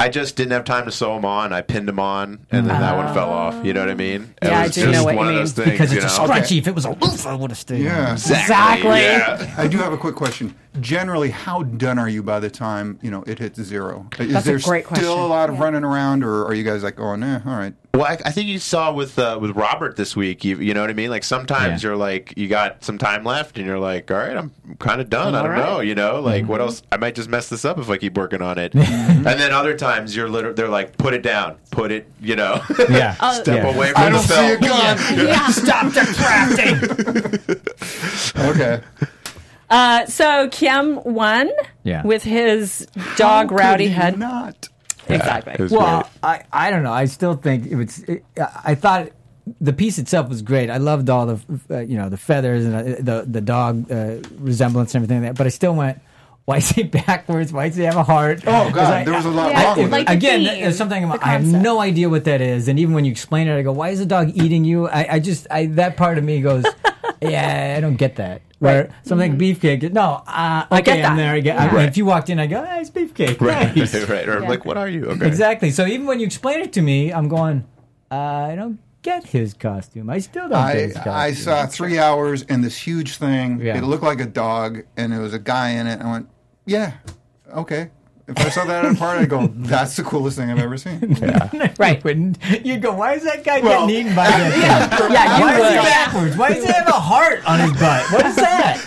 [SPEAKER 6] I just didn't have time to sew them on. I pinned them on, and then that one fell off. You know what I mean? It
[SPEAKER 1] Yeah, I
[SPEAKER 6] was
[SPEAKER 1] do know
[SPEAKER 6] just
[SPEAKER 1] what you
[SPEAKER 6] one
[SPEAKER 1] mean.
[SPEAKER 6] of those things.
[SPEAKER 5] Because
[SPEAKER 6] you
[SPEAKER 5] it's a
[SPEAKER 6] know?
[SPEAKER 5] scrunchie. If it was a loaf, I would have stayed.
[SPEAKER 4] yeah.
[SPEAKER 1] Exactly.
[SPEAKER 6] Yeah.
[SPEAKER 4] I do have a quick question. Generally, how done are you by the time you know it hits zero? Is
[SPEAKER 1] That's a
[SPEAKER 4] there
[SPEAKER 1] great
[SPEAKER 4] still
[SPEAKER 1] question.
[SPEAKER 4] a lot of running around, or are you guys like, oh, nah, all right?
[SPEAKER 6] Well, I, I think you saw with uh, with Robert this week. You, you know what I mean? Like sometimes
[SPEAKER 5] Yeah.
[SPEAKER 6] you're like you got some time left, and you're like, all right, I'm kind of done. I
[SPEAKER 1] all
[SPEAKER 6] don't know.
[SPEAKER 1] right.
[SPEAKER 6] You know, like what else? I might just mess this up if I keep working on it. and then other times you're literally they're like, put it down, put it. You know,
[SPEAKER 5] Yeah.
[SPEAKER 3] Oh,
[SPEAKER 6] step
[SPEAKER 5] Yeah.
[SPEAKER 6] away from
[SPEAKER 4] I
[SPEAKER 6] the
[SPEAKER 4] don't see
[SPEAKER 6] felt.
[SPEAKER 4] it gone.
[SPEAKER 3] yeah.
[SPEAKER 5] Stop the crafting.
[SPEAKER 4] okay.
[SPEAKER 1] Uh, so Kim won
[SPEAKER 5] Yeah.
[SPEAKER 1] with his dog
[SPEAKER 4] How could
[SPEAKER 1] rowdy
[SPEAKER 4] he
[SPEAKER 1] head.
[SPEAKER 4] Not.
[SPEAKER 1] Exactly.
[SPEAKER 6] It was
[SPEAKER 5] well,
[SPEAKER 6] great.
[SPEAKER 5] I, I don't know. I still think it was, it, I thought the piece itself was great. I loved all the, uh, you know, the feathers and uh, the, the dog uh, resemblance and everything like that. But I still went, why is he backwards? Why does he have a heart?
[SPEAKER 4] Oh God,
[SPEAKER 5] 'Cause I-
[SPEAKER 4] there was a lot
[SPEAKER 3] Yeah,
[SPEAKER 4] wrong with
[SPEAKER 3] like-
[SPEAKER 4] it.
[SPEAKER 3] the
[SPEAKER 5] again,
[SPEAKER 3] theme,
[SPEAKER 5] there's something I'm,
[SPEAKER 3] the
[SPEAKER 5] I have
[SPEAKER 3] concept.
[SPEAKER 5] no idea what that is, and even when you explain it, I go, "Why is the dog eating you?" I, I just I, that part of me goes, "Yeah, I don't get that." Where something
[SPEAKER 3] Mm-hmm.
[SPEAKER 5] beefcake, no, uh, okay,
[SPEAKER 1] get
[SPEAKER 5] I'm
[SPEAKER 1] that.
[SPEAKER 5] there. I get, I-
[SPEAKER 6] Right.
[SPEAKER 5] If you walked in, I go, ah, "It's beefcake."
[SPEAKER 6] right,
[SPEAKER 5] Nice.
[SPEAKER 6] right. Or I'm
[SPEAKER 3] Yeah.
[SPEAKER 6] like, what are you? Okay,
[SPEAKER 5] exactly. So even when you explain it to me, I'm going, uh, "I don't get his costume. I still don't get
[SPEAKER 4] I,
[SPEAKER 5] his costume."
[SPEAKER 4] I saw three hours and this huge thing.
[SPEAKER 5] Yeah.
[SPEAKER 4] It looked like a dog, and it was a guy in it. I went, yeah, okay. If I saw that at a party, I'd go, that's the coolest thing I've ever seen.
[SPEAKER 1] Right.
[SPEAKER 5] Wouldn't you go? Why is that guy
[SPEAKER 4] Well,
[SPEAKER 5] getting eaten by that? dog?
[SPEAKER 1] Yeah, you
[SPEAKER 5] Why is he
[SPEAKER 1] would.
[SPEAKER 5] backwards? Why does he have a heart on his butt? What is that?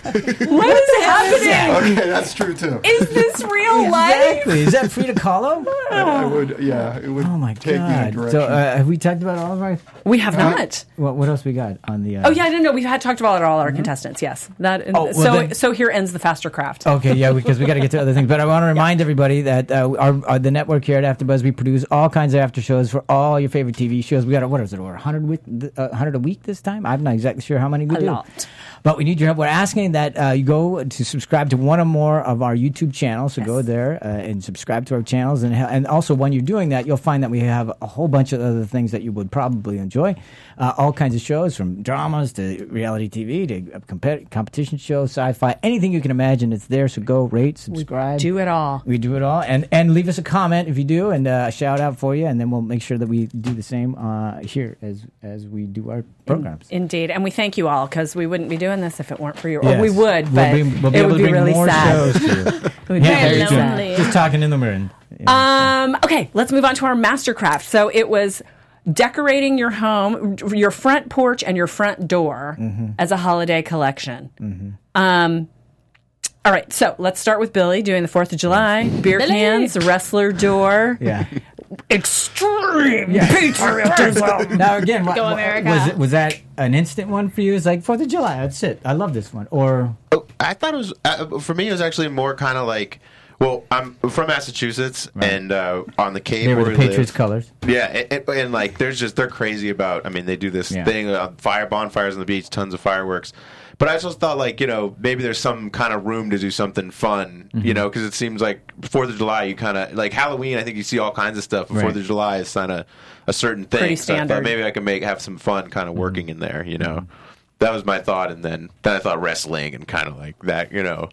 [SPEAKER 1] What is happening?
[SPEAKER 4] Okay, that's true too.
[SPEAKER 1] Is this real life?
[SPEAKER 5] Exactly. Is that Frida Kahlo?
[SPEAKER 4] I would, yeah, it would
[SPEAKER 5] Oh my
[SPEAKER 4] take me in a
[SPEAKER 5] god!
[SPEAKER 4] direction.
[SPEAKER 5] So uh, have we talked about all of our?
[SPEAKER 1] We have not.
[SPEAKER 5] What, what else we got on the? Uh,
[SPEAKER 1] Oh yeah, no, no. We've had talked about all our contestants. Yes, that.
[SPEAKER 5] Mm-hmm. Oh, well,
[SPEAKER 1] so
[SPEAKER 5] then- Oh.
[SPEAKER 1] so here ends the faster craft.
[SPEAKER 5] Okay, yeah, because we got to get to other things. But I want to remind everybody that uh, our, our the network here at AfterBuzz we produce all kinds of after shows for all your favorite TV shows. We got what is it over hundred with uh, hundred a week this time? I'm not exactly sure how many we
[SPEAKER 1] A
[SPEAKER 5] do.
[SPEAKER 1] lot.
[SPEAKER 5] But we need your help. We're asking that uh, you go to subscribe to one or more of our YouTube channels. So go there uh, and subscribe to our channels. And, hel- and also, when you're doing that, you'll find that we have a whole bunch of other things that you would probably enjoy. Uh, all kinds of shows from dramas to reality TV to uh, compet- competition shows, sci fi, anything you can imagine, it's there. So go rate, subscribe.
[SPEAKER 1] Do it all.
[SPEAKER 5] We do it all, and and leave us a comment if you do, and uh, a shout out for you, and then we'll make sure that we do the same uh, here as as we do our programs.
[SPEAKER 1] Indeed, and we thank you all because we wouldn't be doing this if it weren't for you. Or
[SPEAKER 5] Yes.
[SPEAKER 1] we would,
[SPEAKER 5] We'll
[SPEAKER 1] but
[SPEAKER 5] be- we'll be
[SPEAKER 1] it
[SPEAKER 5] able
[SPEAKER 1] would
[SPEAKER 5] to
[SPEAKER 1] be
[SPEAKER 5] bring
[SPEAKER 1] really
[SPEAKER 5] more
[SPEAKER 1] sad.
[SPEAKER 5] shows to you.
[SPEAKER 1] It would be
[SPEAKER 5] Yeah,
[SPEAKER 1] really
[SPEAKER 5] very true.
[SPEAKER 1] sad.
[SPEAKER 3] lonely.
[SPEAKER 5] Just talking in the mirror.
[SPEAKER 1] Um, okay, let's move on to our mastercraft. So it was decorating your home, your front porch, and your front door
[SPEAKER 5] Mm-hmm.
[SPEAKER 1] as a holiday collection. Um, all right, so let's start with Billy doing the Fourth of July beer
[SPEAKER 3] Billy!
[SPEAKER 1] cans, the wrestler door,
[SPEAKER 5] Yeah.
[SPEAKER 1] extreme patriotism.
[SPEAKER 5] Now again, what,
[SPEAKER 3] Go
[SPEAKER 5] what-
[SPEAKER 3] America.
[SPEAKER 5] was it was that an instant one for you? It's like Fourth of July. That's it. I love this one. Or
[SPEAKER 6] Oh, I thought it was uh, for me. It was actually more kind of like, well, I'm from Massachusetts, and uh, on the Cape
[SPEAKER 5] they were
[SPEAKER 6] where
[SPEAKER 5] the
[SPEAKER 6] we live-
[SPEAKER 5] Patriots colors.
[SPEAKER 6] Yeah, and, and, and, like, there's just they're crazy about. I mean, they do this
[SPEAKER 5] Yeah.
[SPEAKER 6] thing uh, fire bonfires on the beach, tons of fireworks. But I just thought, like, you know, maybe there's some kind of room to do something fun,
[SPEAKER 5] Mm-hmm.
[SPEAKER 6] you know, because it seems like Fourth of July, you kind of like Halloween. I think you see all kinds of stuff. But
[SPEAKER 5] Right.
[SPEAKER 6] Fourth of July is kind of a certain thing.
[SPEAKER 1] Pretty
[SPEAKER 6] So I thought
[SPEAKER 1] standard.
[SPEAKER 5] Mm-hmm.
[SPEAKER 6] maybe I could make have some fun, kind of working in there, you know. that was my thought, and then then I thought wrestling and kind of like that, you know.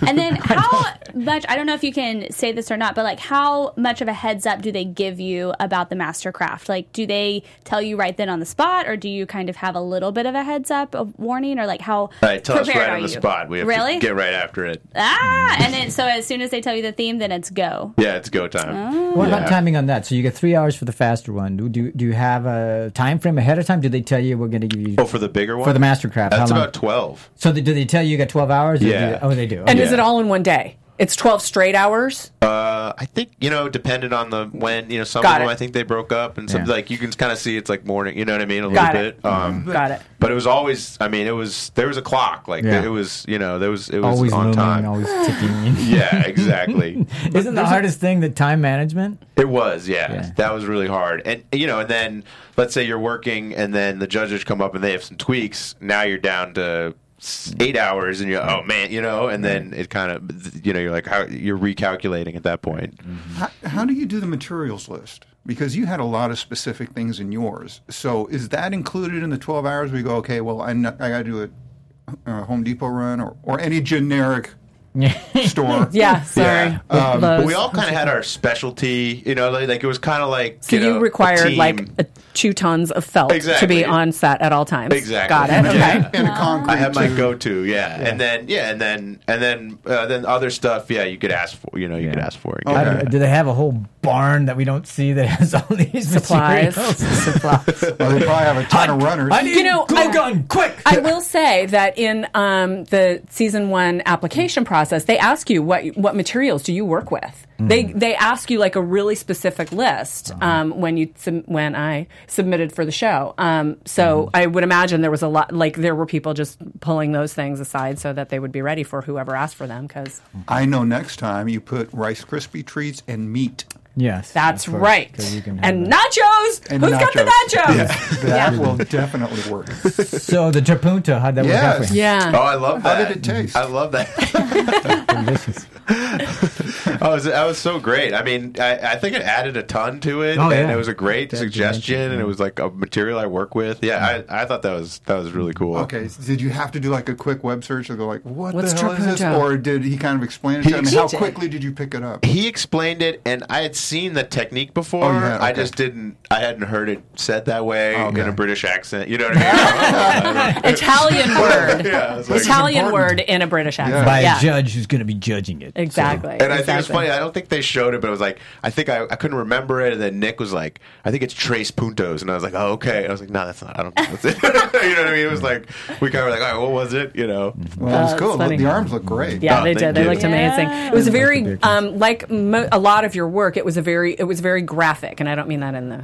[SPEAKER 3] And then how much I don't know if you can say this or not, but like how much of a heads up do they give you about the mastercraft? Like do they tell you right then on the spot or do you kind of have a little bit of a heads up of warning or like how
[SPEAKER 6] All right, tell us
[SPEAKER 3] prepared
[SPEAKER 6] right on
[SPEAKER 3] are
[SPEAKER 6] the
[SPEAKER 3] you?
[SPEAKER 6] spot. We have
[SPEAKER 3] really?
[SPEAKER 6] to get right after it.
[SPEAKER 3] Ah, and then so as soon as they tell you the theme, then it's go.
[SPEAKER 6] Yeah, it's go time.
[SPEAKER 5] What
[SPEAKER 6] Yeah.
[SPEAKER 5] about timing on that? So you get three hours for the faster one. Do do, do you have a time frame ahead of time? Do they tell you we're going to give you
[SPEAKER 6] Oh, for the bigger one
[SPEAKER 5] for the Mastercraft?
[SPEAKER 6] That's
[SPEAKER 5] how long?
[SPEAKER 6] about twelve.
[SPEAKER 5] so they, do they tell you you got twelve hours? Or do
[SPEAKER 6] Yeah.
[SPEAKER 5] they- oh, they do.
[SPEAKER 1] And
[SPEAKER 5] Okay.
[SPEAKER 1] is it all in one day? It's 12 straight hours.
[SPEAKER 6] Uh, I think you know, dependent on the when you know some
[SPEAKER 1] Got
[SPEAKER 6] of them.
[SPEAKER 1] it.
[SPEAKER 6] I think they broke up, and
[SPEAKER 5] Yeah.
[SPEAKER 6] some
[SPEAKER 5] Mm-hmm.
[SPEAKER 6] like you can kind of see it's like morning. You know what I mean? A
[SPEAKER 1] Got
[SPEAKER 6] little
[SPEAKER 1] it.
[SPEAKER 6] bit. Um,
[SPEAKER 1] Got it.
[SPEAKER 6] But it was always. I mean, it was there was a clock. Like
[SPEAKER 5] Yeah.
[SPEAKER 6] it was. You know, there was it was
[SPEAKER 5] always
[SPEAKER 6] on
[SPEAKER 5] looming,
[SPEAKER 6] time.
[SPEAKER 5] always ticking.
[SPEAKER 6] yeah, exactly.
[SPEAKER 5] Isn't the hardest thing the time management?
[SPEAKER 6] It was, yeah.
[SPEAKER 5] Yeah.
[SPEAKER 6] That was really hard. And you know, and then let's say you're working and then the judges come up and they have some tweaks. Now you're down to s- 8 hours and you're oh man, you know, and then it kind of you know, you're like how you're recalculating at that point.
[SPEAKER 4] How, how do you do the materials list? Because you had a lot of specific things in yours. So is that included in the 12 hours we go, okay, well, I'm not, I got to do a, uh Home Depot run or, or any generic store?
[SPEAKER 1] Yeah, sorry.
[SPEAKER 6] Yeah.
[SPEAKER 1] Um,
[SPEAKER 6] But we all kind of had our specialty, you know, like, like it was kind of like
[SPEAKER 1] so
[SPEAKER 6] know,
[SPEAKER 1] you
[SPEAKER 6] a
[SPEAKER 1] required
[SPEAKER 6] team.
[SPEAKER 1] like a, two tons of felt to
[SPEAKER 6] Exactly.
[SPEAKER 1] be on set at all times.
[SPEAKER 6] Exactly.
[SPEAKER 1] Got it. Okay.
[SPEAKER 6] Yeah.
[SPEAKER 4] And a concrete.
[SPEAKER 6] I had my
[SPEAKER 4] too.
[SPEAKER 6] go-to, yeah. and then yeah, and then and then uh, then other stuff, yeah. You could ask for, you know, you could ask for.
[SPEAKER 5] Oh, I don't
[SPEAKER 6] Yeah.
[SPEAKER 5] know. Do they have a whole barn that we don't see that has all these
[SPEAKER 1] Supplies.
[SPEAKER 5] materials and supplies?
[SPEAKER 4] Well, they probably have a ton of runners.
[SPEAKER 5] I need
[SPEAKER 1] You know,
[SPEAKER 5] glue
[SPEAKER 1] I-
[SPEAKER 5] gun, quick!
[SPEAKER 1] I will say that in um, the season one application process, they ask you what what materials do you work with. They they ask you like a really specific list um, when you sub- when I submitted for the show. Um, so I would imagine there was a lot like there were people just pulling those things aside so that they would be ready for whoever asked for them because
[SPEAKER 4] I know next time you put Rice Krispie treats and meat.
[SPEAKER 5] yes,
[SPEAKER 1] that's
[SPEAKER 5] of course,
[SPEAKER 1] right.
[SPEAKER 5] 'cause you can have
[SPEAKER 1] And
[SPEAKER 5] that.
[SPEAKER 1] nachos.
[SPEAKER 4] And
[SPEAKER 1] Who's got the nachos?
[SPEAKER 4] That will definitely work.
[SPEAKER 5] so the Japunta, how'd that work out
[SPEAKER 4] Yes.
[SPEAKER 5] for you?
[SPEAKER 1] Yeah.
[SPEAKER 6] Oh, I love
[SPEAKER 4] How
[SPEAKER 6] that.
[SPEAKER 4] did it taste?
[SPEAKER 6] I love that.
[SPEAKER 5] Delicious.
[SPEAKER 6] I Oh, was I was so great. I mean, I, I think it added a ton to it,
[SPEAKER 5] Oh,
[SPEAKER 6] and
[SPEAKER 5] yeah.
[SPEAKER 6] it was a great
[SPEAKER 5] Definitely.
[SPEAKER 6] suggestion, and it was like a material I work with. Yeah, I, I thought that was that was really cool.
[SPEAKER 4] Mm-hmm. Okay, so did you have to do like a quick web search and go like, what
[SPEAKER 1] What's
[SPEAKER 4] the hell is this?
[SPEAKER 1] Trapunto?
[SPEAKER 4] Or did he kind of explain it to
[SPEAKER 6] He Uh,
[SPEAKER 4] you? And how
[SPEAKER 6] explained it.
[SPEAKER 4] quickly did you pick it up?
[SPEAKER 6] He explained it, and I had seen the technique before.
[SPEAKER 4] Oh,
[SPEAKER 6] I
[SPEAKER 4] yeah, okay. Oh,
[SPEAKER 6] just didn't. I hadn't heard it said that way
[SPEAKER 4] Okay.
[SPEAKER 6] in a British accent. You know what I mean?
[SPEAKER 1] Italian word.
[SPEAKER 6] yeah, I was like-
[SPEAKER 1] Italian
[SPEAKER 4] important.
[SPEAKER 1] word in a British accent.
[SPEAKER 5] By
[SPEAKER 1] Yeah.
[SPEAKER 5] a judge who's going to be judging it. So-
[SPEAKER 1] Exactly.
[SPEAKER 6] And I
[SPEAKER 1] exactly.
[SPEAKER 6] think it's funny. I don't think they showed it, but it was like I think I, I couldn't remember it. And then Nick was like, "I think it's Trace Puntos," and I was like, "Oh, okay." I was like, "No, that's not. I don't think that's it." you know what I mean? It was like
[SPEAKER 4] Mm-hmm.
[SPEAKER 6] we kind of were like, "All right, what was it?" You know?
[SPEAKER 4] Well, it was
[SPEAKER 1] that's
[SPEAKER 4] cool.
[SPEAKER 1] funny.
[SPEAKER 4] The arms look great.
[SPEAKER 1] Yeah,
[SPEAKER 5] Ah,
[SPEAKER 6] Oh,
[SPEAKER 1] they
[SPEAKER 6] they
[SPEAKER 1] did. They
[SPEAKER 6] did.
[SPEAKER 1] looked
[SPEAKER 6] Yeah.
[SPEAKER 1] amazing. It was
[SPEAKER 5] That's
[SPEAKER 1] very
[SPEAKER 5] a big one.
[SPEAKER 1] um, like mo- a lot of your work. It was a very it was very graphic, and I don't mean that in the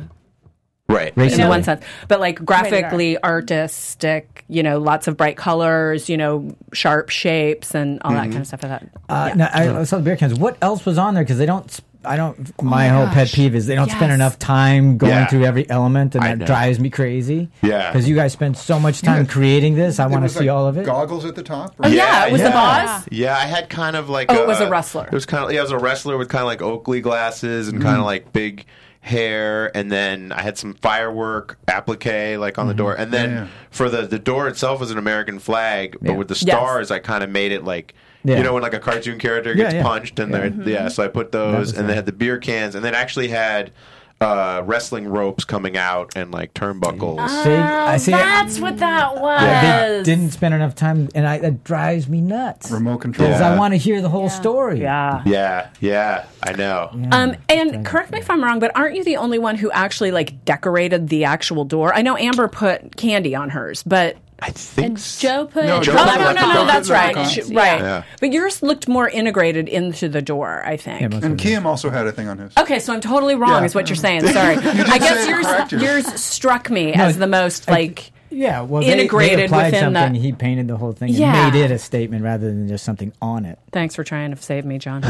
[SPEAKER 6] Right.
[SPEAKER 1] in the one sense, but like graphically
[SPEAKER 3] Rated
[SPEAKER 1] artistic. You know, lots of bright colors. You know, sharp shapes and all
[SPEAKER 5] Mm-hmm.
[SPEAKER 1] that kind of stuff. I thought
[SPEAKER 5] Uh, now, I, I saw the beer cans. What else was on there? Because they don't. sp- I don't. my whole pet peeve is they don't spend
[SPEAKER 1] Oh Yes.
[SPEAKER 5] enough time going
[SPEAKER 6] Yeah.
[SPEAKER 5] through every element, and
[SPEAKER 6] I
[SPEAKER 5] that
[SPEAKER 6] know.
[SPEAKER 5] drives me crazy.
[SPEAKER 6] Yeah.
[SPEAKER 5] Because you guys spent so much time
[SPEAKER 4] Yeah.
[SPEAKER 5] creating this, I
[SPEAKER 4] It
[SPEAKER 5] want to
[SPEAKER 4] was,
[SPEAKER 5] see
[SPEAKER 4] like,
[SPEAKER 5] all of it.
[SPEAKER 4] Goggles at the top. right?
[SPEAKER 1] Yeah. it was the boss?
[SPEAKER 6] Yeah, I had kind of like
[SPEAKER 1] Oh, it was a wrestler.
[SPEAKER 6] It was kind of yeah, it was a wrestler with kind of like Oakley glasses and
[SPEAKER 5] Mm-hmm.
[SPEAKER 6] kind of like big hair, and then I had some firework applique like
[SPEAKER 5] Mm-hmm.
[SPEAKER 6] on the door, and then
[SPEAKER 4] Yeah.
[SPEAKER 6] for the the door itself was an American flag, but
[SPEAKER 5] Yeah.
[SPEAKER 6] with the
[SPEAKER 1] Yes.
[SPEAKER 6] stars, I kind of made it like.
[SPEAKER 5] Yeah.
[SPEAKER 6] You know when like a cartoon character
[SPEAKER 5] Yeah,
[SPEAKER 6] gets
[SPEAKER 5] yeah.
[SPEAKER 6] punched and they're
[SPEAKER 1] Mm-hmm.
[SPEAKER 6] yeah, so I put
[SPEAKER 5] was
[SPEAKER 6] those and
[SPEAKER 5] nice.
[SPEAKER 6] they had the beer cans and then actually had uh, wrestling ropes coming out and like turnbuckles.
[SPEAKER 1] Ah.
[SPEAKER 5] See, I see.
[SPEAKER 1] Oh, that's what that was.
[SPEAKER 5] They didn't spend enough time, and I, that drives me nuts.
[SPEAKER 4] Remote control.
[SPEAKER 5] Because I
[SPEAKER 6] Yeah.
[SPEAKER 5] want to hear the whole story.
[SPEAKER 1] yeah.
[SPEAKER 6] Yeah, yeah, I know.
[SPEAKER 1] Um, and correct me if I'm wrong, but aren't you the only one who actually like decorated the actual door? I know Amber put candy on hers, but
[SPEAKER 6] I think s-
[SPEAKER 3] Joe put
[SPEAKER 6] No, Joe
[SPEAKER 1] Oh
[SPEAKER 6] put
[SPEAKER 1] no, no,
[SPEAKER 6] Like
[SPEAKER 1] no,
[SPEAKER 6] the-
[SPEAKER 1] that's right,
[SPEAKER 4] Yeah.
[SPEAKER 1] Sh- right.
[SPEAKER 6] Yeah.
[SPEAKER 1] But yours looked more integrated into the door, I think.
[SPEAKER 5] Yeah, most of
[SPEAKER 4] And
[SPEAKER 5] it.
[SPEAKER 4] Kim also had a thing on his.
[SPEAKER 1] okay, so I'm totally wrong,
[SPEAKER 4] Yeah.
[SPEAKER 1] is what you're saying. Sorry, I guess
[SPEAKER 4] say it correctly.
[SPEAKER 1] yours yours struck me as the most like.
[SPEAKER 5] Yeah, well, they-
[SPEAKER 1] integrated
[SPEAKER 5] they, applied
[SPEAKER 1] within
[SPEAKER 5] something.
[SPEAKER 1] the-
[SPEAKER 5] He painted the whole thing and
[SPEAKER 1] Yeah.
[SPEAKER 5] made it a statement rather than just something on it.
[SPEAKER 1] Thanks for trying to save me, John.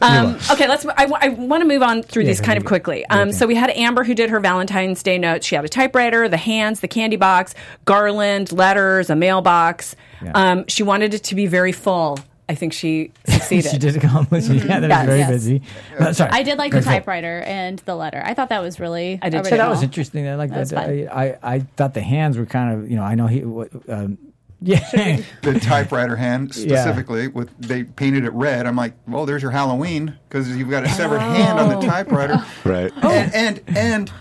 [SPEAKER 1] um, okay, let's. I, want to move on through these
[SPEAKER 5] yeah,
[SPEAKER 1] kind of
[SPEAKER 5] yeah.
[SPEAKER 1] quickly. Um, So we had Amber who did her Valentine's Day notes. She had a typewriter, the hands, the candy box, garland, letters, a mailbox.
[SPEAKER 5] Yeah.
[SPEAKER 1] Um, she wanted it to be very full. I think she succeeded.
[SPEAKER 5] she did accomplish it. Yeah, that
[SPEAKER 1] Mm-hmm. Yes.
[SPEAKER 5] was very
[SPEAKER 1] Yes.
[SPEAKER 5] busy. Uh, sorry.
[SPEAKER 3] I did like the
[SPEAKER 5] Very cool.
[SPEAKER 3] typewriter and the letter. I thought that was really.
[SPEAKER 1] I did too.
[SPEAKER 5] So that
[SPEAKER 3] original.
[SPEAKER 5] was interesting. I like
[SPEAKER 3] That was
[SPEAKER 5] that. I, I I thought the hands were kind of you know I know he what, um, yeah
[SPEAKER 4] the typewriter hand specifically with they painted it red. I'm like, well, there's your Halloween because you've got a severed hand on the typewriter.
[SPEAKER 6] Right. Oh.
[SPEAKER 4] And, and and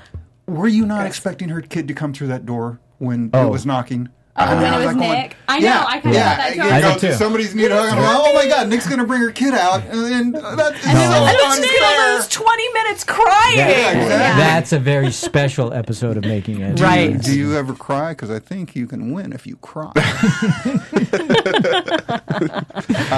[SPEAKER 4] were you not expecting her kid to come through that door when it was knocking? I mean,
[SPEAKER 3] Uh-huh. when
[SPEAKER 4] I
[SPEAKER 3] it
[SPEAKER 4] was
[SPEAKER 3] was
[SPEAKER 4] like "Oh, going,
[SPEAKER 3] Nick. I know, I kinda thought that too.
[SPEAKER 4] you
[SPEAKER 3] I
[SPEAKER 5] did
[SPEAKER 4] go,
[SPEAKER 5] too.
[SPEAKER 4] Somebody's need a hug. I'm like, oh my god, Nick's gonna bring her kid out, and, and that's so
[SPEAKER 1] And then she's gonna
[SPEAKER 4] unfair.
[SPEAKER 1] lose twenty minutes crying.
[SPEAKER 4] Oh. Yeah,
[SPEAKER 1] Mm-hmm.
[SPEAKER 4] exactly.
[SPEAKER 5] that's a very special episode of making it
[SPEAKER 1] Right.
[SPEAKER 4] Do you ever cry? Because I think you can win if you cry. uh,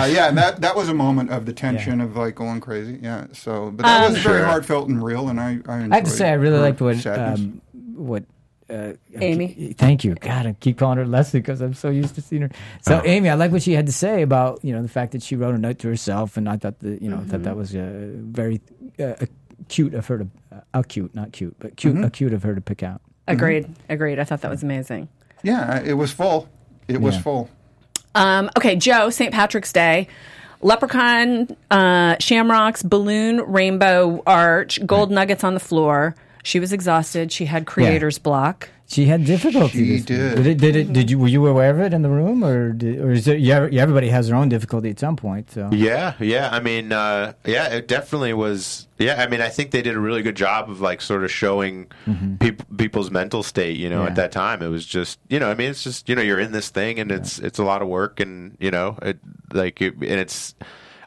[SPEAKER 4] yeah, and that, that was a moment of the tension of like going crazy. Yeah. So, but
[SPEAKER 3] Um,
[SPEAKER 4] that was very
[SPEAKER 6] Sure.
[SPEAKER 4] heartfelt and real, and I I,
[SPEAKER 5] I have to say I really liked what
[SPEAKER 4] sadness.
[SPEAKER 5] um, what uh,
[SPEAKER 1] Amy.
[SPEAKER 5] I- thank you. God, I keep calling her Leslie because I'm so used to seeing her. So
[SPEAKER 4] Oh.
[SPEAKER 5] Amy, I like what she had to say about you know the fact that she wrote a note to herself, and I thought that you know
[SPEAKER 4] Mm-hmm.
[SPEAKER 5] that that was uh, very uh, cute of her to uh, cute, not cute, but cute,
[SPEAKER 4] Mm-hmm.
[SPEAKER 5] acute of her to pick out.
[SPEAKER 1] Agreed. Agreed. I thought that was amazing.
[SPEAKER 4] yeah, it was full. It was
[SPEAKER 5] Yeah.
[SPEAKER 4] full.
[SPEAKER 1] Um, okay, Joe, St. Patrick's Day. Leprechaun, uh, shamrocks, balloon, rainbow arch, gold nuggets on the floor. She was exhausted. She had creator's block.
[SPEAKER 5] She had difficulty. this
[SPEAKER 4] She
[SPEAKER 5] week.
[SPEAKER 4] did.
[SPEAKER 5] Did it? Did it? Did you? Were you aware of it in the room, or did, or is it? Yeah, yeah, everybody has their own difficulty at some point. So
[SPEAKER 6] Yeah, yeah. I mean, uh, yeah, it definitely was. Yeah, I mean, I think they did a really good job of like sort of showing peop- people's mental state. You know,
[SPEAKER 5] Mm-hmm. Yeah.
[SPEAKER 6] at that time, it was just you know, I mean, it's just you know, you're in this thing, and it's it's a lot of work, and you know, it like it, and it's.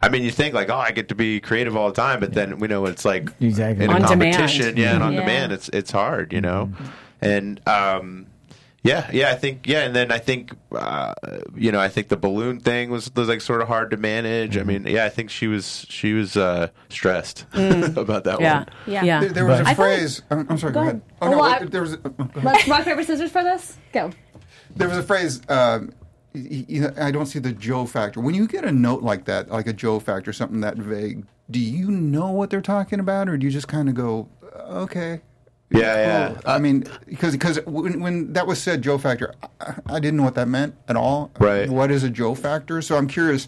[SPEAKER 6] I mean, you think like, oh, I get to be creative all the time, but then we know it's like
[SPEAKER 5] Exactly.
[SPEAKER 6] in a
[SPEAKER 1] On demand.
[SPEAKER 6] competition, yeah, and on
[SPEAKER 3] Yeah.
[SPEAKER 6] demand, it's it's hard, you know, and um, yeah, yeah, I think yeah, and then I think uh, you know, I think the balloon thing was, was like sort of hard to manage. I mean, yeah, I think she was she was uh, stressed about that
[SPEAKER 1] Yeah.
[SPEAKER 6] one.
[SPEAKER 3] Mm. Yeah.
[SPEAKER 1] Yeah.
[SPEAKER 4] There, there was
[SPEAKER 5] But-
[SPEAKER 4] a
[SPEAKER 5] I
[SPEAKER 3] thought-
[SPEAKER 4] phrase. I'm, I'm sorry. Go, ahead.
[SPEAKER 3] ahead.
[SPEAKER 4] Oh no,
[SPEAKER 3] Well, I-
[SPEAKER 4] there was. A, oh, go ahead.
[SPEAKER 3] Let's rock paper scissors for this. Go.
[SPEAKER 4] there was a phrase. um, y- y- you know, I don't see the Joe factor. When you get a note like that, like a Joe factor, something that vague, do you know what they're talking about, or do you just kind of go, uh, okay?
[SPEAKER 6] Yeah, yeah.
[SPEAKER 4] Cool. I mean, because when, when that was said, Joe factor, I, I didn't know what that meant at all.
[SPEAKER 6] Right.
[SPEAKER 4] What is a Joe factor? So I'm curious,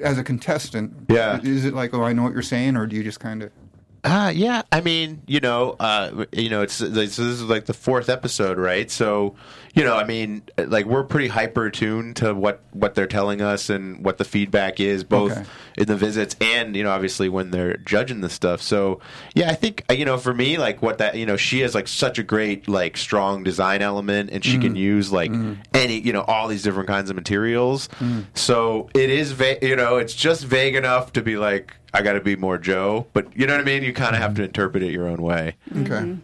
[SPEAKER 4] as a contestant,
[SPEAKER 6] Yeah.
[SPEAKER 4] is it like, oh, I know what you're saying, or do you just kind of?
[SPEAKER 6] Uh, yeah, I mean, you know, uh, you know, it's this, this is like the fourth episode, right? So, you know, I mean, like we're pretty hyper tuned to what what they're telling us and what the feedback is, both
[SPEAKER 4] Okay.
[SPEAKER 6] in the visits and you know, obviously when they're judging the stuff. So, yeah, I think uh, you know, for me, like what that you know, she has like such a great like strong design element, and she can use like any you know all these different kinds of materials. So it is, va- you know, it's just vague enough to be like. I got to be more Joe, but you know what I mean. You kind of have to interpret it your own way.
[SPEAKER 4] Okay.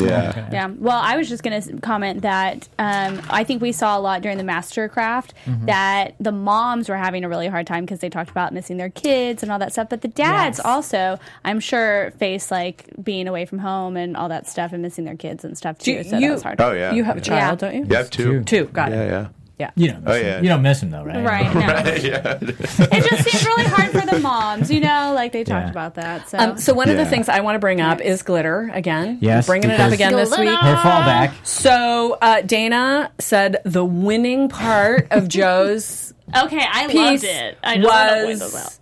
[SPEAKER 6] Yeah,
[SPEAKER 3] Yeah. Well, I was just going to comment that um, I think we saw a lot during the Mastercraft that the moms were having a really hard time because they talked about missing their kids and all that stuff. But the dads
[SPEAKER 1] Yes.
[SPEAKER 3] also, I'm sure, face like being away from home and all that stuff and missing their kids and stuff
[SPEAKER 1] Do
[SPEAKER 3] too.
[SPEAKER 1] you,
[SPEAKER 3] so that was hard.
[SPEAKER 6] Oh, yeah.
[SPEAKER 1] You have a child,
[SPEAKER 3] Yeah.
[SPEAKER 1] don't you?
[SPEAKER 6] you have two.
[SPEAKER 1] Two. Got
[SPEAKER 6] Yeah,
[SPEAKER 1] it.
[SPEAKER 6] yeah.
[SPEAKER 1] Yeah.
[SPEAKER 5] you don't. Miss
[SPEAKER 6] Oh,
[SPEAKER 5] him.
[SPEAKER 6] yeah.
[SPEAKER 5] You don't miss him though, right?
[SPEAKER 3] Right. No.
[SPEAKER 6] yeah.
[SPEAKER 3] It just seems really hard for the moms, you know, like they talked
[SPEAKER 5] Yeah.
[SPEAKER 3] about that. So,
[SPEAKER 1] Um, so one of the
[SPEAKER 6] Yeah.
[SPEAKER 1] things I want to bring up is glitter again.
[SPEAKER 5] Yes,
[SPEAKER 1] bringing it up
[SPEAKER 5] because-
[SPEAKER 1] again this week.
[SPEAKER 3] Glitter.
[SPEAKER 5] Her fallback.
[SPEAKER 1] So uh, Dana said the winning part of Joe's
[SPEAKER 3] okay, I
[SPEAKER 1] piece
[SPEAKER 3] loved it. I just wanna point those out.
[SPEAKER 1] was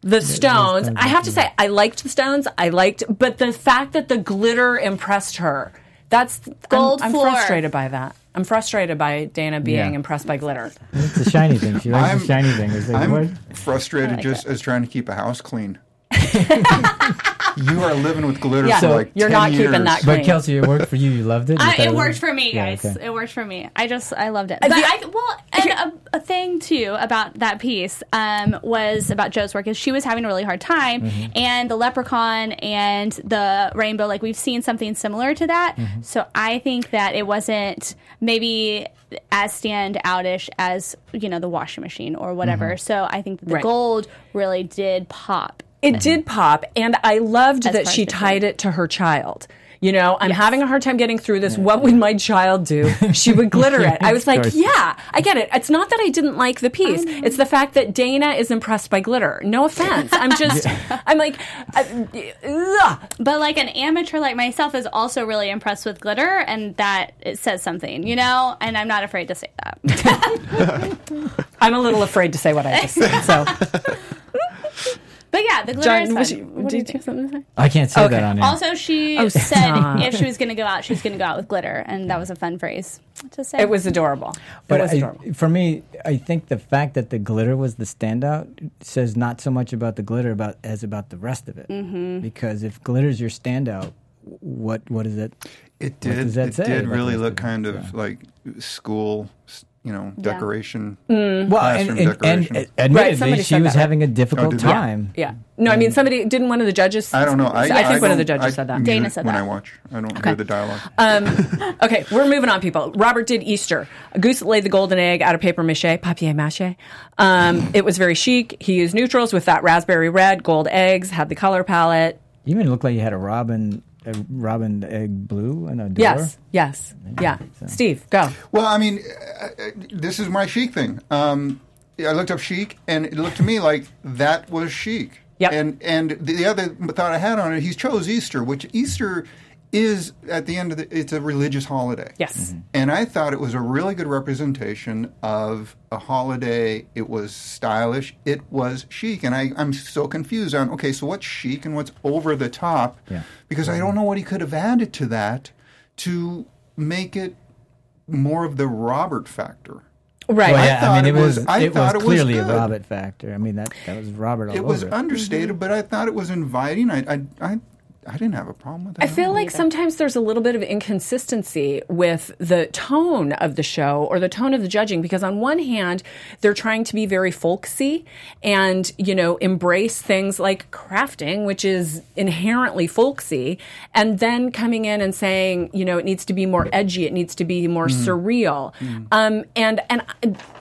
[SPEAKER 1] the stones. I have to say, I liked the stones. I liked, but the fact that the glitter impressed her. That's I'm-
[SPEAKER 3] Gold
[SPEAKER 1] I'm,
[SPEAKER 3] floor.
[SPEAKER 1] frustrated by that. I'm frustrated by Dana being
[SPEAKER 5] Yeah.
[SPEAKER 1] impressed by glitter.
[SPEAKER 5] It's a shiny thing. She likes
[SPEAKER 4] I'm-
[SPEAKER 5] the shiny thing. It's like,
[SPEAKER 4] I'm
[SPEAKER 5] what?
[SPEAKER 4] frustrated just as trying to keep a house clean. you are living with glitter
[SPEAKER 1] Yeah,
[SPEAKER 4] for like
[SPEAKER 1] you're
[SPEAKER 4] 10
[SPEAKER 1] not keeping
[SPEAKER 4] years.
[SPEAKER 1] that
[SPEAKER 5] But
[SPEAKER 1] Right.
[SPEAKER 5] Kelsey, it worked for you. You loved it. Is
[SPEAKER 3] I,
[SPEAKER 5] that
[SPEAKER 3] it
[SPEAKER 5] what-
[SPEAKER 3] worked for me,
[SPEAKER 5] Yeah,
[SPEAKER 3] guys.
[SPEAKER 5] okay.
[SPEAKER 3] It worked for me. I just I loved it. But I, well, and a, a thing too about that piece um, was about Joe's work is she was having a really hard time,
[SPEAKER 5] Mm-hmm.
[SPEAKER 3] and the leprechaun and the rainbow, like we've seen something similar to that.
[SPEAKER 5] Mm-hmm.
[SPEAKER 3] So I think that it wasn't maybe as stand outish as you know the washing machine or whatever.
[SPEAKER 5] Mm-hmm.
[SPEAKER 3] So I think that the
[SPEAKER 1] Right.
[SPEAKER 3] gold really did pop.
[SPEAKER 1] It did pop, and I loved that
[SPEAKER 3] far
[SPEAKER 1] she
[SPEAKER 3] as it
[SPEAKER 1] tied it to her child. You know, I'm having a hard time getting through this. What would my child do? She would glitter it. I was
[SPEAKER 5] Of
[SPEAKER 1] like,
[SPEAKER 5] course.
[SPEAKER 1] yeah, I get it. It's not that I didn't like the piece. It's the fact that Dana is impressed by glitter. No offense. I'm just, I'm like, I, ugh.
[SPEAKER 3] But like an amateur like myself is also really impressed with glitter, and that it says something, you know. And I'm not afraid to say that.
[SPEAKER 1] I'm a little afraid to say what I just said. So,
[SPEAKER 3] But yeah, the glitter is
[SPEAKER 1] John,
[SPEAKER 3] fun.
[SPEAKER 1] was you-
[SPEAKER 3] What do you
[SPEAKER 1] did you have
[SPEAKER 3] think?
[SPEAKER 1] something to say?
[SPEAKER 5] I can't say
[SPEAKER 1] Okay.
[SPEAKER 5] that on air.
[SPEAKER 3] Also, she
[SPEAKER 1] Oh, stop.
[SPEAKER 3] said if she was going to go out, she was going to go out with glitter, and that was a fun phrase to say.
[SPEAKER 1] It was adorable.
[SPEAKER 5] but
[SPEAKER 1] it was
[SPEAKER 5] I-
[SPEAKER 1] adorable.
[SPEAKER 5] for me, I think the fact that the glitter was the standout says not so much about the glitter about as about the rest of it. Mm-hmm. Because if glitter's your standout, what what is it?
[SPEAKER 4] It
[SPEAKER 5] What
[SPEAKER 4] did.
[SPEAKER 5] does that
[SPEAKER 4] It
[SPEAKER 5] say
[SPEAKER 4] did
[SPEAKER 5] about
[SPEAKER 4] really
[SPEAKER 5] those
[SPEAKER 4] look
[SPEAKER 5] things?
[SPEAKER 4] kind of like school, s- you know, decoration.
[SPEAKER 1] Mm.
[SPEAKER 5] Well,
[SPEAKER 4] Classroom
[SPEAKER 5] and, and, and
[SPEAKER 4] decoration. Oh,
[SPEAKER 5] admittedly,
[SPEAKER 1] somebody
[SPEAKER 5] she
[SPEAKER 1] said
[SPEAKER 5] was
[SPEAKER 1] that, Mm-hmm. right?
[SPEAKER 5] having a difficult
[SPEAKER 4] did they?
[SPEAKER 5] time.
[SPEAKER 1] Yeah. No, I mean, somebody didn't one of the judges.
[SPEAKER 4] I don't know. I,
[SPEAKER 1] think one of
[SPEAKER 4] don't-
[SPEAKER 1] the judges
[SPEAKER 4] I
[SPEAKER 1] said that.
[SPEAKER 4] mute
[SPEAKER 3] Dana
[SPEAKER 4] it
[SPEAKER 3] said
[SPEAKER 4] when
[SPEAKER 3] that.
[SPEAKER 4] I watch. I don't hear the dialogue.
[SPEAKER 1] Um, okay, we're moving on, people. Robert did Easter. A goose laid the golden egg out of paper mache, papier mache. Um, it was very chic. He used neutrals with that raspberry red, gold eggs, had the color palette.
[SPEAKER 5] You even looked like you had a robin, a robin egg blue and a door.
[SPEAKER 1] Yes, yes, yeah. Steve, go.
[SPEAKER 4] Well, I mean, uh, uh, this is my chic thing. Um, I looked up chic, and it looked to me like that was chic.
[SPEAKER 1] Yep.
[SPEAKER 4] And and the other thought I had on it, he chose Easter, which Easter is at the end of the, it's a religious holiday.
[SPEAKER 1] Yes. Mhm.
[SPEAKER 4] Mm. And I thought it was a really good representation of a holiday. It was stylish. It was chic, and I, I'm so confused on okay, so what's chic and what's over the top?
[SPEAKER 5] Yeah.
[SPEAKER 4] Because I don't know what he could have added to that to make it more of the Robert factor.
[SPEAKER 1] Right.
[SPEAKER 5] Well,
[SPEAKER 4] I
[SPEAKER 5] yeah, I, mean,
[SPEAKER 4] thought it
[SPEAKER 5] it was,
[SPEAKER 4] was- I
[SPEAKER 5] it was
[SPEAKER 4] thought it was
[SPEAKER 5] clearly
[SPEAKER 4] good.
[SPEAKER 5] a Robert factor. I mean, that that was Robert all
[SPEAKER 4] It
[SPEAKER 5] over.
[SPEAKER 4] was
[SPEAKER 5] it.
[SPEAKER 4] understated,
[SPEAKER 1] Mm-hmm.
[SPEAKER 4] but I thought it was inviting. I I I, I didn't have a problem with that.
[SPEAKER 1] I feel like sometimes there's a little bit of inconsistency with the tone of the show or the tone of the judging because on one hand they're trying to be very folksy and you know embrace things like crafting which is inherently folksy and then coming in and saying you know it needs to be more edgy it needs to be more surreal um, and and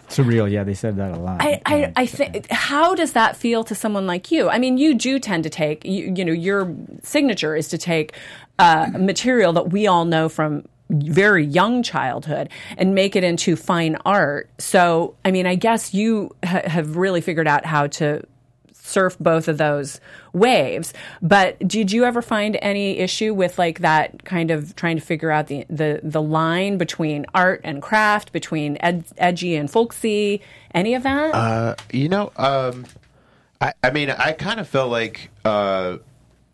[SPEAKER 5] surreal. Yeah, they said that a lot.
[SPEAKER 1] I, I, I think how does that feel to someone like you? I mean, you do tend to take you, you know your signature is to take uh, material that we all know from very young childhood and make it into fine art. So, I mean, I guess you ha- have really figured out how to surf both of those waves. But did you ever find any issue with like that kind of trying to figure out the the, the line between art and craft, between ed- edgy and folksy, any of that?
[SPEAKER 6] you know, um, I, I mean, I kind of felt like, uh,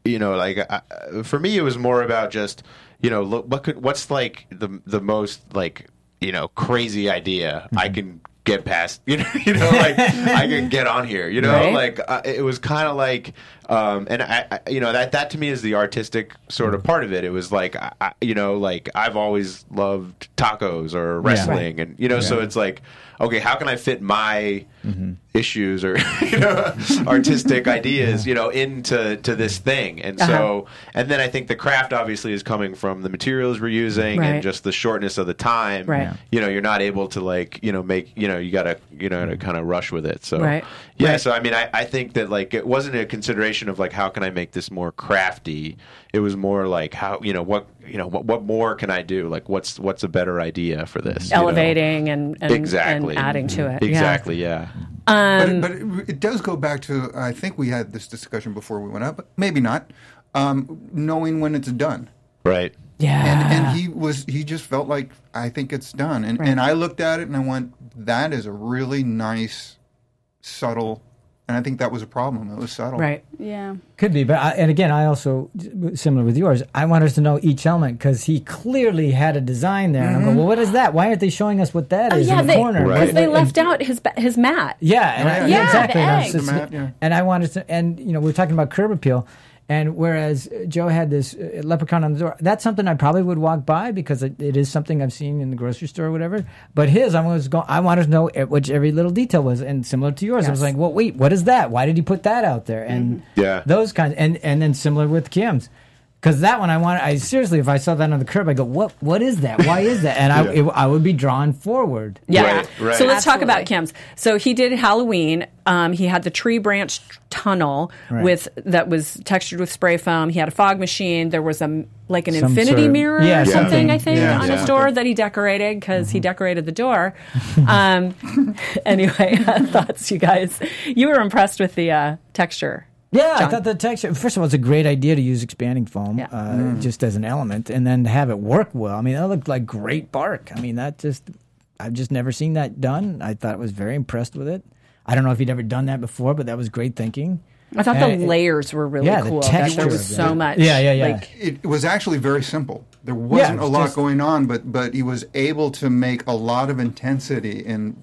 [SPEAKER 6] you know, like I, I- for me, it was more about just, you know, look, what could, what's like the the most like, you know, crazy idea I can get past, you know, you know, like I can get on here, you know,
[SPEAKER 1] Right.
[SPEAKER 6] like uh, it was kind of like, um, and I, I, you know, that that to me is the artistic sort of part of it. It was like, I, I, you know, like I've always loved tacos or wrestling, and you know, so it's like, okay, how can I fit my issues or you know, artistic ideas, you know, into to this thing? And
[SPEAKER 1] Uh-huh.
[SPEAKER 6] so, and then I think the craft obviously is coming from the materials we're using
[SPEAKER 1] Right.
[SPEAKER 6] and just the shortness of the time.
[SPEAKER 1] Right. Yeah.
[SPEAKER 6] You know, you're not able to like, you know, make you know, you gotta you know, to kind of rush with it. So
[SPEAKER 1] Right.
[SPEAKER 6] yeah, so I mean, I, I think that like it wasn't a consideration of like how can I make this more crafty. It was more like how you know what you know what, what more can I do? Like what's what's a better idea for this? you know?
[SPEAKER 1] Elevating and, and,
[SPEAKER 6] exactly
[SPEAKER 1] and adding to it. Yeah.
[SPEAKER 6] Exactly, yeah.
[SPEAKER 1] Mm.
[SPEAKER 4] but it, but it, it does go back to I think we had this discussion before we went up, but maybe not. Um, knowing when it's done.
[SPEAKER 6] Right.
[SPEAKER 1] Yeah.
[SPEAKER 5] Ah.
[SPEAKER 4] And, and he was he just felt like I think it's done. And and I looked at it and I went, that is a really nice, subtle, and I think that was a problem. It was subtle,
[SPEAKER 1] right.
[SPEAKER 3] yeah.
[SPEAKER 5] Could be, but I, and again, I also similar with yours. I want us to know each element because he clearly had a design there. And I'm going, well, what is that? Why aren't they showing us what that
[SPEAKER 1] Mm-hmm. Oh,
[SPEAKER 5] is
[SPEAKER 1] yeah,
[SPEAKER 5] in the
[SPEAKER 1] they,
[SPEAKER 5] corner?
[SPEAKER 6] Right.
[SPEAKER 1] because
[SPEAKER 5] What-
[SPEAKER 1] they
[SPEAKER 5] what-
[SPEAKER 1] left out his ba- his mat.
[SPEAKER 5] Yeah, and I- yeah,
[SPEAKER 4] yeah, yeah. Yeah,
[SPEAKER 5] exactly.
[SPEAKER 3] the
[SPEAKER 5] and, I was
[SPEAKER 3] eggs.
[SPEAKER 5] just-
[SPEAKER 4] The mat, yeah.
[SPEAKER 5] and I wanted to, and you know, we were talking about curb appeal, and whereas uh, Joe had this uh, leprechaun on the door, that's something I probably would walk by because it, it is something I've seen in the grocery store or whatever. But his, I was going, I wanted to know e- which every little detail was, and similar to yours, I was
[SPEAKER 1] Yes.
[SPEAKER 5] like, well, wait, what is that? Why did he put that out there? And
[SPEAKER 6] Yeah.
[SPEAKER 5] those kinds, and and then similar with Kim's. Because that one I want. I seriously, if I saw that on the curb, I go, "What? What is that? Why is that?" And I,
[SPEAKER 6] Yeah.
[SPEAKER 5] it- I would be drawn forward.
[SPEAKER 1] Yeah.
[SPEAKER 6] Right, right.
[SPEAKER 1] So let's talk about
[SPEAKER 3] Absolutely.
[SPEAKER 1] Kim's. So he did Halloween. Um, he had the tree branch tunnel with that was textured with spray foam. He had a fog machine. There was a like an
[SPEAKER 5] Some
[SPEAKER 1] infinity
[SPEAKER 5] sort of-
[SPEAKER 1] mirror
[SPEAKER 5] yeah,
[SPEAKER 1] or something,
[SPEAKER 5] something. Mm-hmm.
[SPEAKER 1] I think
[SPEAKER 4] Yeah,
[SPEAKER 1] on his
[SPEAKER 4] yeah.
[SPEAKER 1] door that he decorated because he decorated the door. Um, anyway, thoughts, you guys. You were impressed with the uh, texture.
[SPEAKER 5] Yeah, I
[SPEAKER 1] John?
[SPEAKER 5] thought the texture. First of all, it's a great idea to use expanding foam
[SPEAKER 1] Yeah.
[SPEAKER 5] uh,
[SPEAKER 4] Mm.
[SPEAKER 5] just as an element, and then to have it work well. I mean, that looked like great bark. I mean, that just I've just never seen that done. I thought I was very impressed with it. I don't know if you'd ever done that before, but that was great thinking.
[SPEAKER 1] I thought
[SPEAKER 5] And
[SPEAKER 1] the
[SPEAKER 5] it-
[SPEAKER 1] layers were really
[SPEAKER 5] yeah, the
[SPEAKER 1] cool. that
[SPEAKER 5] texture
[SPEAKER 1] there
[SPEAKER 5] of
[SPEAKER 1] was
[SPEAKER 5] it.
[SPEAKER 1] so much.
[SPEAKER 5] Yeah, yeah, yeah.
[SPEAKER 1] Like,
[SPEAKER 4] It was actually very simple. There wasn't
[SPEAKER 5] it was
[SPEAKER 4] a lot
[SPEAKER 5] just-
[SPEAKER 4] going on, but but he was able to make a lot of intensity in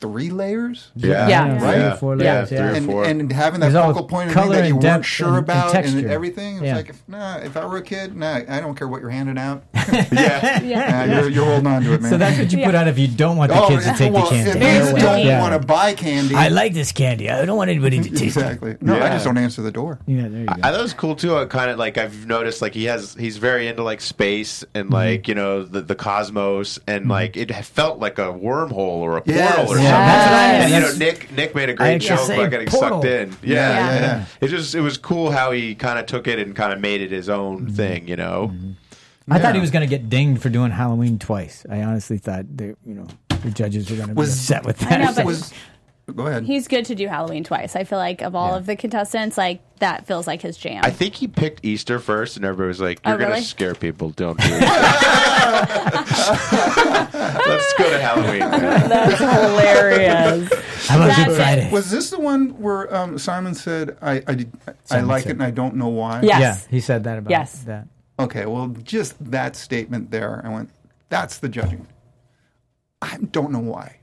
[SPEAKER 4] three layers.
[SPEAKER 6] Yeah.
[SPEAKER 1] Yeah.
[SPEAKER 5] Yeah,
[SPEAKER 6] Right.
[SPEAKER 5] three or four
[SPEAKER 6] Yeah,
[SPEAKER 5] layers,
[SPEAKER 6] three
[SPEAKER 5] yeah.
[SPEAKER 6] or
[SPEAKER 4] and,
[SPEAKER 6] four.
[SPEAKER 4] and having that
[SPEAKER 5] There's all
[SPEAKER 4] focal point of
[SPEAKER 5] color
[SPEAKER 4] thing that
[SPEAKER 5] and
[SPEAKER 4] you weren't
[SPEAKER 5] depth
[SPEAKER 4] sure
[SPEAKER 5] and- and
[SPEAKER 4] about and,
[SPEAKER 5] texture.
[SPEAKER 4] everything, it's
[SPEAKER 5] Yeah.
[SPEAKER 4] like if nah, if I were a kid, nah, I don't care what you're handing out.
[SPEAKER 6] yeah.
[SPEAKER 4] Nah, you're, you're holding on to it, man.
[SPEAKER 5] So that's what you put out if you don't want the
[SPEAKER 4] oh,
[SPEAKER 5] kids to take
[SPEAKER 4] well,
[SPEAKER 5] the candy.
[SPEAKER 4] If you
[SPEAKER 3] way.
[SPEAKER 4] don't
[SPEAKER 5] Yeah.
[SPEAKER 4] want to buy candy,
[SPEAKER 5] I like this candy. I don't want anybody to taste it.
[SPEAKER 4] exactly. No, I
[SPEAKER 6] Yeah.
[SPEAKER 4] just don't answer the door.
[SPEAKER 5] Yeah, there you go.
[SPEAKER 6] I thought it was cool too. I kind of like I've noticed like he has he's very into like space and like you know the, the cosmos and like it felt like a wormhole or a portal
[SPEAKER 4] Yes.
[SPEAKER 6] or something.
[SPEAKER 4] Yeah,
[SPEAKER 5] that's what I
[SPEAKER 6] And, you know
[SPEAKER 5] That's-
[SPEAKER 6] Nick Nick made a
[SPEAKER 5] I
[SPEAKER 6] great
[SPEAKER 5] actually
[SPEAKER 6] joke
[SPEAKER 5] say
[SPEAKER 6] about getting
[SPEAKER 5] portal.
[SPEAKER 6] sucked in. Yeah,
[SPEAKER 4] Yeah.
[SPEAKER 6] yeah.
[SPEAKER 4] Yeah.
[SPEAKER 6] It just it was cool how he kind of took it and kind of made it his own thing. You know.
[SPEAKER 5] I thought he
[SPEAKER 4] Yeah.
[SPEAKER 5] was going to get dinged for doing Halloween twice. I honestly thought that you know the judges were going to be
[SPEAKER 4] Was-
[SPEAKER 5] upset with that.
[SPEAKER 3] I know, but-
[SPEAKER 4] was go ahead.
[SPEAKER 3] He's good to do Halloween twice. I feel like of all of the contestants, like that feels like his jam.
[SPEAKER 6] I think he picked Easter first, and everybody was like,
[SPEAKER 3] Oh,
[SPEAKER 6] "You're
[SPEAKER 3] really?
[SPEAKER 6] gonna scare people, don't do it." Let's go to Halloween. man.
[SPEAKER 1] that's hilarious.
[SPEAKER 5] How about
[SPEAKER 3] That's
[SPEAKER 5] Good
[SPEAKER 3] it.
[SPEAKER 5] Friday?
[SPEAKER 4] Was this the one where um, Simon said, "I I, did- I
[SPEAKER 5] Simon
[SPEAKER 4] like
[SPEAKER 5] said.
[SPEAKER 4] it and I don't know why"?
[SPEAKER 1] Yeah.
[SPEAKER 5] Yeah,
[SPEAKER 1] Yes.
[SPEAKER 5] he said that about
[SPEAKER 1] Yes.
[SPEAKER 5] that.
[SPEAKER 4] Okay, well, just that statement there, I went, "That's the judging." I don't know why,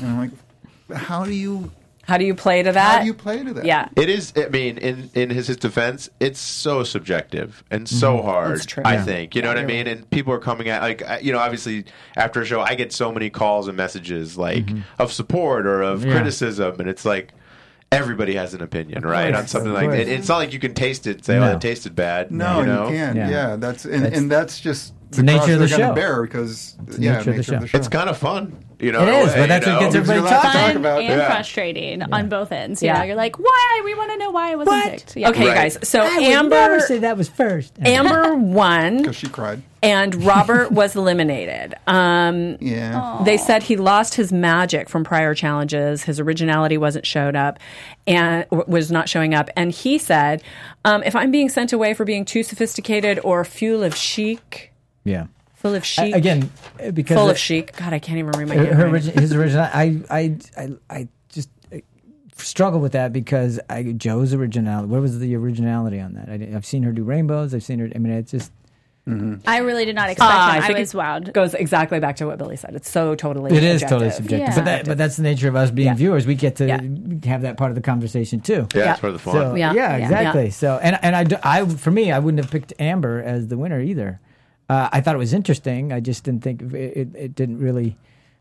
[SPEAKER 4] and I'm like, "How do you
[SPEAKER 1] How do you play to that?
[SPEAKER 4] how do you play to that?"
[SPEAKER 1] yeah.
[SPEAKER 6] It is. I mean, in in his, his defense, it's so subjective and so
[SPEAKER 5] Mm-hmm.
[SPEAKER 6] hard.
[SPEAKER 1] It's true.
[SPEAKER 6] I
[SPEAKER 1] Yeah.
[SPEAKER 6] think you know what I mean. And people are coming at like I- you know, obviously after a show, I get so many calls and messages like
[SPEAKER 5] Mm-hmm.
[SPEAKER 6] of support or of criticism, and it's like. Everybody has an opinion, right, on
[SPEAKER 5] course,
[SPEAKER 6] something
[SPEAKER 5] of
[SPEAKER 6] like
[SPEAKER 5] course.
[SPEAKER 6] that. It's not like you can taste it, say,
[SPEAKER 5] No.
[SPEAKER 6] "Oh, it tasted bad."
[SPEAKER 4] No,
[SPEAKER 6] you
[SPEAKER 4] you,
[SPEAKER 6] know?
[SPEAKER 4] can't.
[SPEAKER 5] Yeah.
[SPEAKER 4] Yeah, that's and
[SPEAKER 5] That's-
[SPEAKER 4] and that's just the,
[SPEAKER 5] nature
[SPEAKER 4] cross
[SPEAKER 5] of the
[SPEAKER 4] they're gonna
[SPEAKER 5] show.
[SPEAKER 4] bear because
[SPEAKER 5] the
[SPEAKER 4] yeah,
[SPEAKER 5] nature of the show.
[SPEAKER 6] It's kind of fun, you know.
[SPEAKER 5] It is,
[SPEAKER 6] in a way,
[SPEAKER 5] but that's
[SPEAKER 6] you
[SPEAKER 5] what
[SPEAKER 6] know?
[SPEAKER 5] gets
[SPEAKER 4] Gives you
[SPEAKER 5] everybody
[SPEAKER 4] a lot to
[SPEAKER 5] talking.
[SPEAKER 4] talk
[SPEAKER 3] fun
[SPEAKER 4] about.
[SPEAKER 3] and
[SPEAKER 6] Yeah.
[SPEAKER 3] frustrating on both ends.
[SPEAKER 1] Yeah.
[SPEAKER 3] yeah, you're like, why? We want to know why I wasn't picked. Yeah.
[SPEAKER 1] Okay, you
[SPEAKER 6] Right.
[SPEAKER 1] guys. So
[SPEAKER 5] I would
[SPEAKER 1] Amber
[SPEAKER 5] never say that was first.
[SPEAKER 1] Amber won,
[SPEAKER 4] Because she cried.
[SPEAKER 1] and Robert was eliminated. Um,
[SPEAKER 4] Yeah.
[SPEAKER 1] they said he lost his magic from prior challenges. His originality wasn't showed up, and w- was not showing up. And he said, um, "If I'm being sent away for being too sophisticated or full of chic,
[SPEAKER 5] yeah.
[SPEAKER 1] full of chic,
[SPEAKER 5] Uh, Again, because
[SPEAKER 1] full of
[SPEAKER 5] it-
[SPEAKER 1] chic." God, I can't even remember my
[SPEAKER 5] her, her
[SPEAKER 1] handwriting.
[SPEAKER 5] origi- his original. I, I, I, I just uh, struggle with that because I, Joe's originality. What was the originality on that? I, didn't- I've seen her do rainbows. I've seen her. I mean, it's just
[SPEAKER 3] I really did not expect
[SPEAKER 1] Ah,
[SPEAKER 3] that. I,
[SPEAKER 1] think
[SPEAKER 3] was
[SPEAKER 1] it
[SPEAKER 3] wowed.
[SPEAKER 1] Goes exactly back to what Billy said. It's so totally.
[SPEAKER 5] it is totally subjective. But
[SPEAKER 3] Yeah.
[SPEAKER 5] that, but that's the nature of us being
[SPEAKER 1] Yeah.
[SPEAKER 5] viewers. We get to
[SPEAKER 1] Yeah.
[SPEAKER 5] have that part of the conversation too.
[SPEAKER 6] yeah,
[SPEAKER 1] Yeah.
[SPEAKER 6] it's part of the fun.
[SPEAKER 5] So,
[SPEAKER 1] Yeah.
[SPEAKER 5] yeah.
[SPEAKER 1] Yeah.
[SPEAKER 5] exactly.
[SPEAKER 1] Yeah.
[SPEAKER 5] So, and and I, d- I- for me, I wouldn't have picked Amber as the winner either. Uh, I thought it was interesting. I just didn't think it, it, it didn't really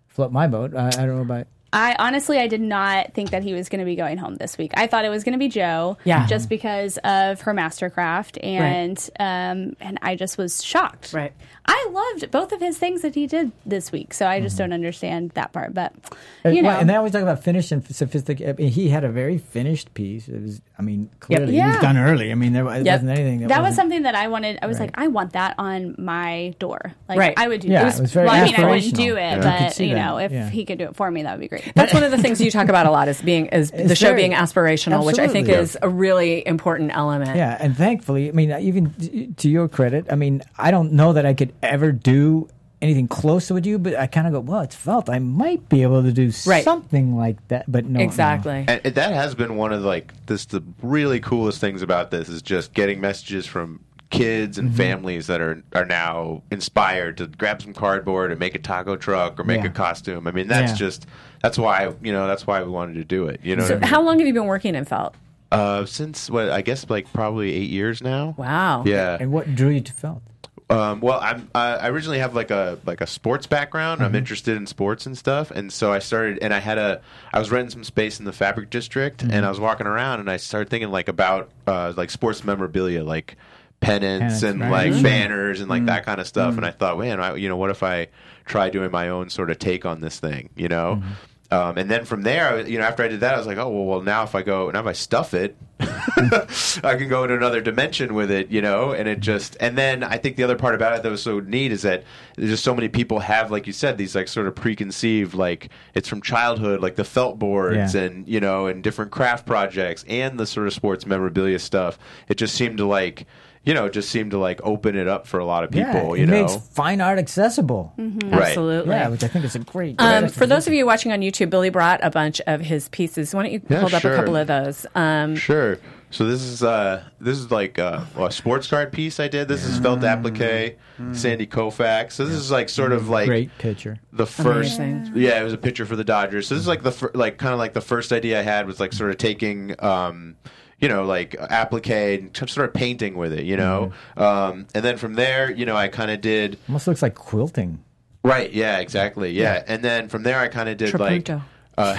[SPEAKER 5] float my boat. I, I don't know about.
[SPEAKER 3] I honestly, I did not think that he was going to be going home this week. I thought it was going to be Joe,
[SPEAKER 1] Yeah.
[SPEAKER 5] Mm-hmm.
[SPEAKER 3] just because of her mastercraft, and um, and I just was shocked.
[SPEAKER 1] Right.
[SPEAKER 3] I loved both of his things that he did this week, so I just don't understand that part. But
[SPEAKER 5] Mm-hmm. Uh,
[SPEAKER 3] you know,
[SPEAKER 5] well, and they always talk about finish and sophisticated. I mean, he had a very finished piece. It was, I mean, clearly it was
[SPEAKER 3] Yeah.
[SPEAKER 5] done early. I mean, there wa- it
[SPEAKER 1] Yep.
[SPEAKER 5] wasn't anything. That,
[SPEAKER 3] that was
[SPEAKER 5] wasn't-
[SPEAKER 3] something that I wanted. I was
[SPEAKER 5] Right.
[SPEAKER 3] like, I want that on my door. Like,
[SPEAKER 1] Right.
[SPEAKER 3] I would do.
[SPEAKER 5] Yeah,
[SPEAKER 3] it was,
[SPEAKER 5] it was very
[SPEAKER 3] well, I mean, I wouldn't
[SPEAKER 5] aspirational.
[SPEAKER 3] do it,
[SPEAKER 5] Yeah. You could
[SPEAKER 3] but
[SPEAKER 5] see
[SPEAKER 3] you
[SPEAKER 5] that.
[SPEAKER 3] know, if
[SPEAKER 5] Yeah.
[SPEAKER 3] he could do it for me, that would be great.
[SPEAKER 1] That's one of the things you talk about a lot is being is the
[SPEAKER 5] It's
[SPEAKER 1] show
[SPEAKER 5] very-
[SPEAKER 1] being aspirational, which I think
[SPEAKER 5] absolutely.
[SPEAKER 1] is a really important element.
[SPEAKER 5] Yeah, and thankfully, I mean, even t- to your credit, I mean, I don't know that I could ever do anything close to what you, but I kind of go, well, it's felt I might be able to do
[SPEAKER 1] Right.
[SPEAKER 5] something like that, but no, no.
[SPEAKER 1] Exactly.
[SPEAKER 6] And and that has been one of like this the really coolest things about this is just getting messages from kids and families that are are now inspired to grab some cardboard and make a taco truck or make
[SPEAKER 5] Yeah.
[SPEAKER 6] a costume. I mean, that's
[SPEAKER 5] Yeah.
[SPEAKER 6] just that's why you know that's why we wanted to do it. You know,
[SPEAKER 1] So
[SPEAKER 6] what I mean?
[SPEAKER 1] how long have you been working in felt?
[SPEAKER 6] uh, since what I guess like probably eight years now.
[SPEAKER 1] Wow.
[SPEAKER 6] Yeah.
[SPEAKER 5] And what drew you to felt?
[SPEAKER 6] Um, well, I'm uh, I originally have like a like a sports background.
[SPEAKER 5] Mm-hmm.
[SPEAKER 6] I'm interested in sports and stuff, and so I started and I had a I was renting some space in the fabric
[SPEAKER 5] Mm-hmm.
[SPEAKER 6] district, and I was walking around and I started thinking like about uh, like sports memorabilia, like. pennants
[SPEAKER 5] Pennants,
[SPEAKER 6] and
[SPEAKER 5] right. Mm.
[SPEAKER 6] like
[SPEAKER 5] Mhm.
[SPEAKER 6] banners and like that kind of stuff. And I thought, man, I, you know, what if I try doing my own sort of take on this thing, you know?
[SPEAKER 5] Mm-hmm.
[SPEAKER 6] Um, and then from there, I was- you know, after I did that, I was like, oh well, well now if I go now if I stuff it, I can go into another dimension with it, you know. And it just and then I think the other part about it that was so neat is that there's just so many people have, like you said, these like sort of preconceived, like it's from childhood, like the felt boards
[SPEAKER 5] Yeah.
[SPEAKER 6] and and you know and different craft projects and the sort of sports memorabilia stuff it just seemed to like you know it just seemed to like open it up for a lot of people
[SPEAKER 5] yeah,
[SPEAKER 6] you
[SPEAKER 5] it
[SPEAKER 6] know
[SPEAKER 5] makes Mhm. fine art accessible.
[SPEAKER 6] right
[SPEAKER 1] Absolutely.
[SPEAKER 5] Yeah, which I think is a great.
[SPEAKER 1] Mm-hmm. Um, for those of you watching on YouTube, Billy brought a bunch of his pieces. Why don't you
[SPEAKER 6] Yeah,
[SPEAKER 1] hold up
[SPEAKER 6] sure.
[SPEAKER 1] a couple of those? Um,
[SPEAKER 6] sure so this is uh this is like a, a sports card piece i did this is felt applique sandy koufax so this is like sort of
[SPEAKER 5] Mm.
[SPEAKER 6] like
[SPEAKER 5] great picture.
[SPEAKER 6] the first
[SPEAKER 1] Amazing.
[SPEAKER 6] yeah it was a picture for the dodgers so this is like the fir- like kind of like the first idea i had was like sort of taking um you know like applique and t- sort of painting with it you know um and then from there you know i kind of did
[SPEAKER 5] Almost looks like quilting.
[SPEAKER 6] right yeah exactly yeah, and then from there i kind of did like
[SPEAKER 1] Trapunto.
[SPEAKER 6] uh,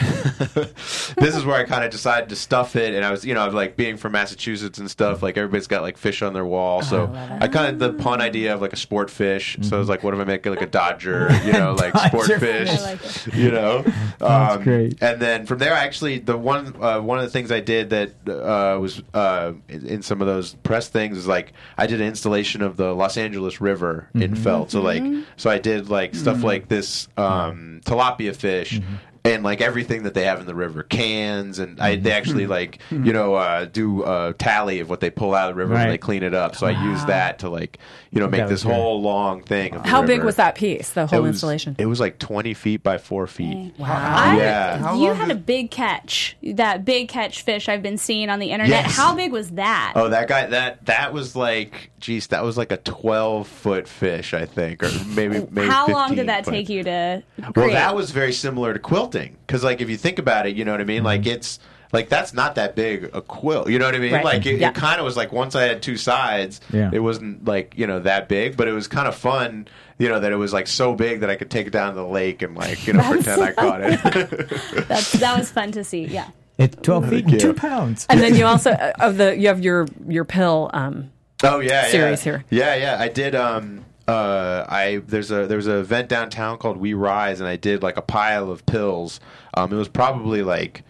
[SPEAKER 6] this is where I kind of decided to stuff it, and I was, you know, like being from Massachusetts and stuff. Like everybody's got like fish on their wall, so I kind of the pun idea of like a sport fish. So I was like, what if I make it like a Dodger, you know, like sport
[SPEAKER 5] Dodger
[SPEAKER 6] fish,
[SPEAKER 5] fish.
[SPEAKER 3] I like it.
[SPEAKER 6] you know? Um,
[SPEAKER 5] great.
[SPEAKER 6] And then from there, I actually the one uh, one of the things I did that uh, was uh, in in some of those press things is like I did an installation of the Los Angeles River
[SPEAKER 5] Mm-hmm.
[SPEAKER 6] in felt. So like,
[SPEAKER 1] Mm-hmm.
[SPEAKER 6] so I did like stuff like this um, tilapia fish
[SPEAKER 5] Mm-hmm.
[SPEAKER 6] and like everything that they have in the river, cans, and I,
[SPEAKER 5] Mm-hmm.
[SPEAKER 6] they actually like you know uh, do a tally of what they pull out of the river when
[SPEAKER 5] Right.
[SPEAKER 6] they clean it up. So I use that to like you know make
[SPEAKER 5] That was
[SPEAKER 6] this
[SPEAKER 5] good.
[SPEAKER 6] whole long thing. Of the
[SPEAKER 1] how big
[SPEAKER 6] river.
[SPEAKER 1] was that piece? The whole
[SPEAKER 6] it was,
[SPEAKER 1] installation.
[SPEAKER 6] It was like twenty feet by four feet.
[SPEAKER 3] I,
[SPEAKER 6] Yeah.
[SPEAKER 4] How
[SPEAKER 3] You
[SPEAKER 4] long
[SPEAKER 3] had a
[SPEAKER 4] did-
[SPEAKER 3] big catch, that big catch fish I've been seeing on the internet.
[SPEAKER 6] Yes.
[SPEAKER 3] How big was that?
[SPEAKER 6] Oh, that guy that that was like, geez, that was like a twelve foot fish, I think, or maybe maybe.
[SPEAKER 3] How long
[SPEAKER 6] 15,
[SPEAKER 3] did that
[SPEAKER 6] but-
[SPEAKER 3] take you to?
[SPEAKER 6] Well,
[SPEAKER 3] create?
[SPEAKER 6] that was very similar to quilting because, like, if you think about it, you know what I mean.
[SPEAKER 3] Mm-hmm.
[SPEAKER 6] Like, it's like that's not that big a quilt. You know what I mean?
[SPEAKER 1] Right.
[SPEAKER 6] Like, it,
[SPEAKER 1] Yeah.
[SPEAKER 6] it kind of was like once I had two sides,
[SPEAKER 5] Yeah.
[SPEAKER 6] it wasn't like you know that big, but it was kind of fun. You know that it was like so big that I could take it down to the lake and like you know pretend I caught it.
[SPEAKER 3] That's, that was fun to see. Yeah.
[SPEAKER 5] It's twelve feet
[SPEAKER 6] you.
[SPEAKER 5] and two pounds.
[SPEAKER 1] and then you also uh, of the you have your your pill. Um,
[SPEAKER 6] Oh yeah,
[SPEAKER 1] series
[SPEAKER 6] yeah.
[SPEAKER 1] here.
[SPEAKER 6] Yeah, yeah. I did. Um, uh, I there's a there was an event downtown called We Rise, and I did like a pile of pills. Um, it was probably like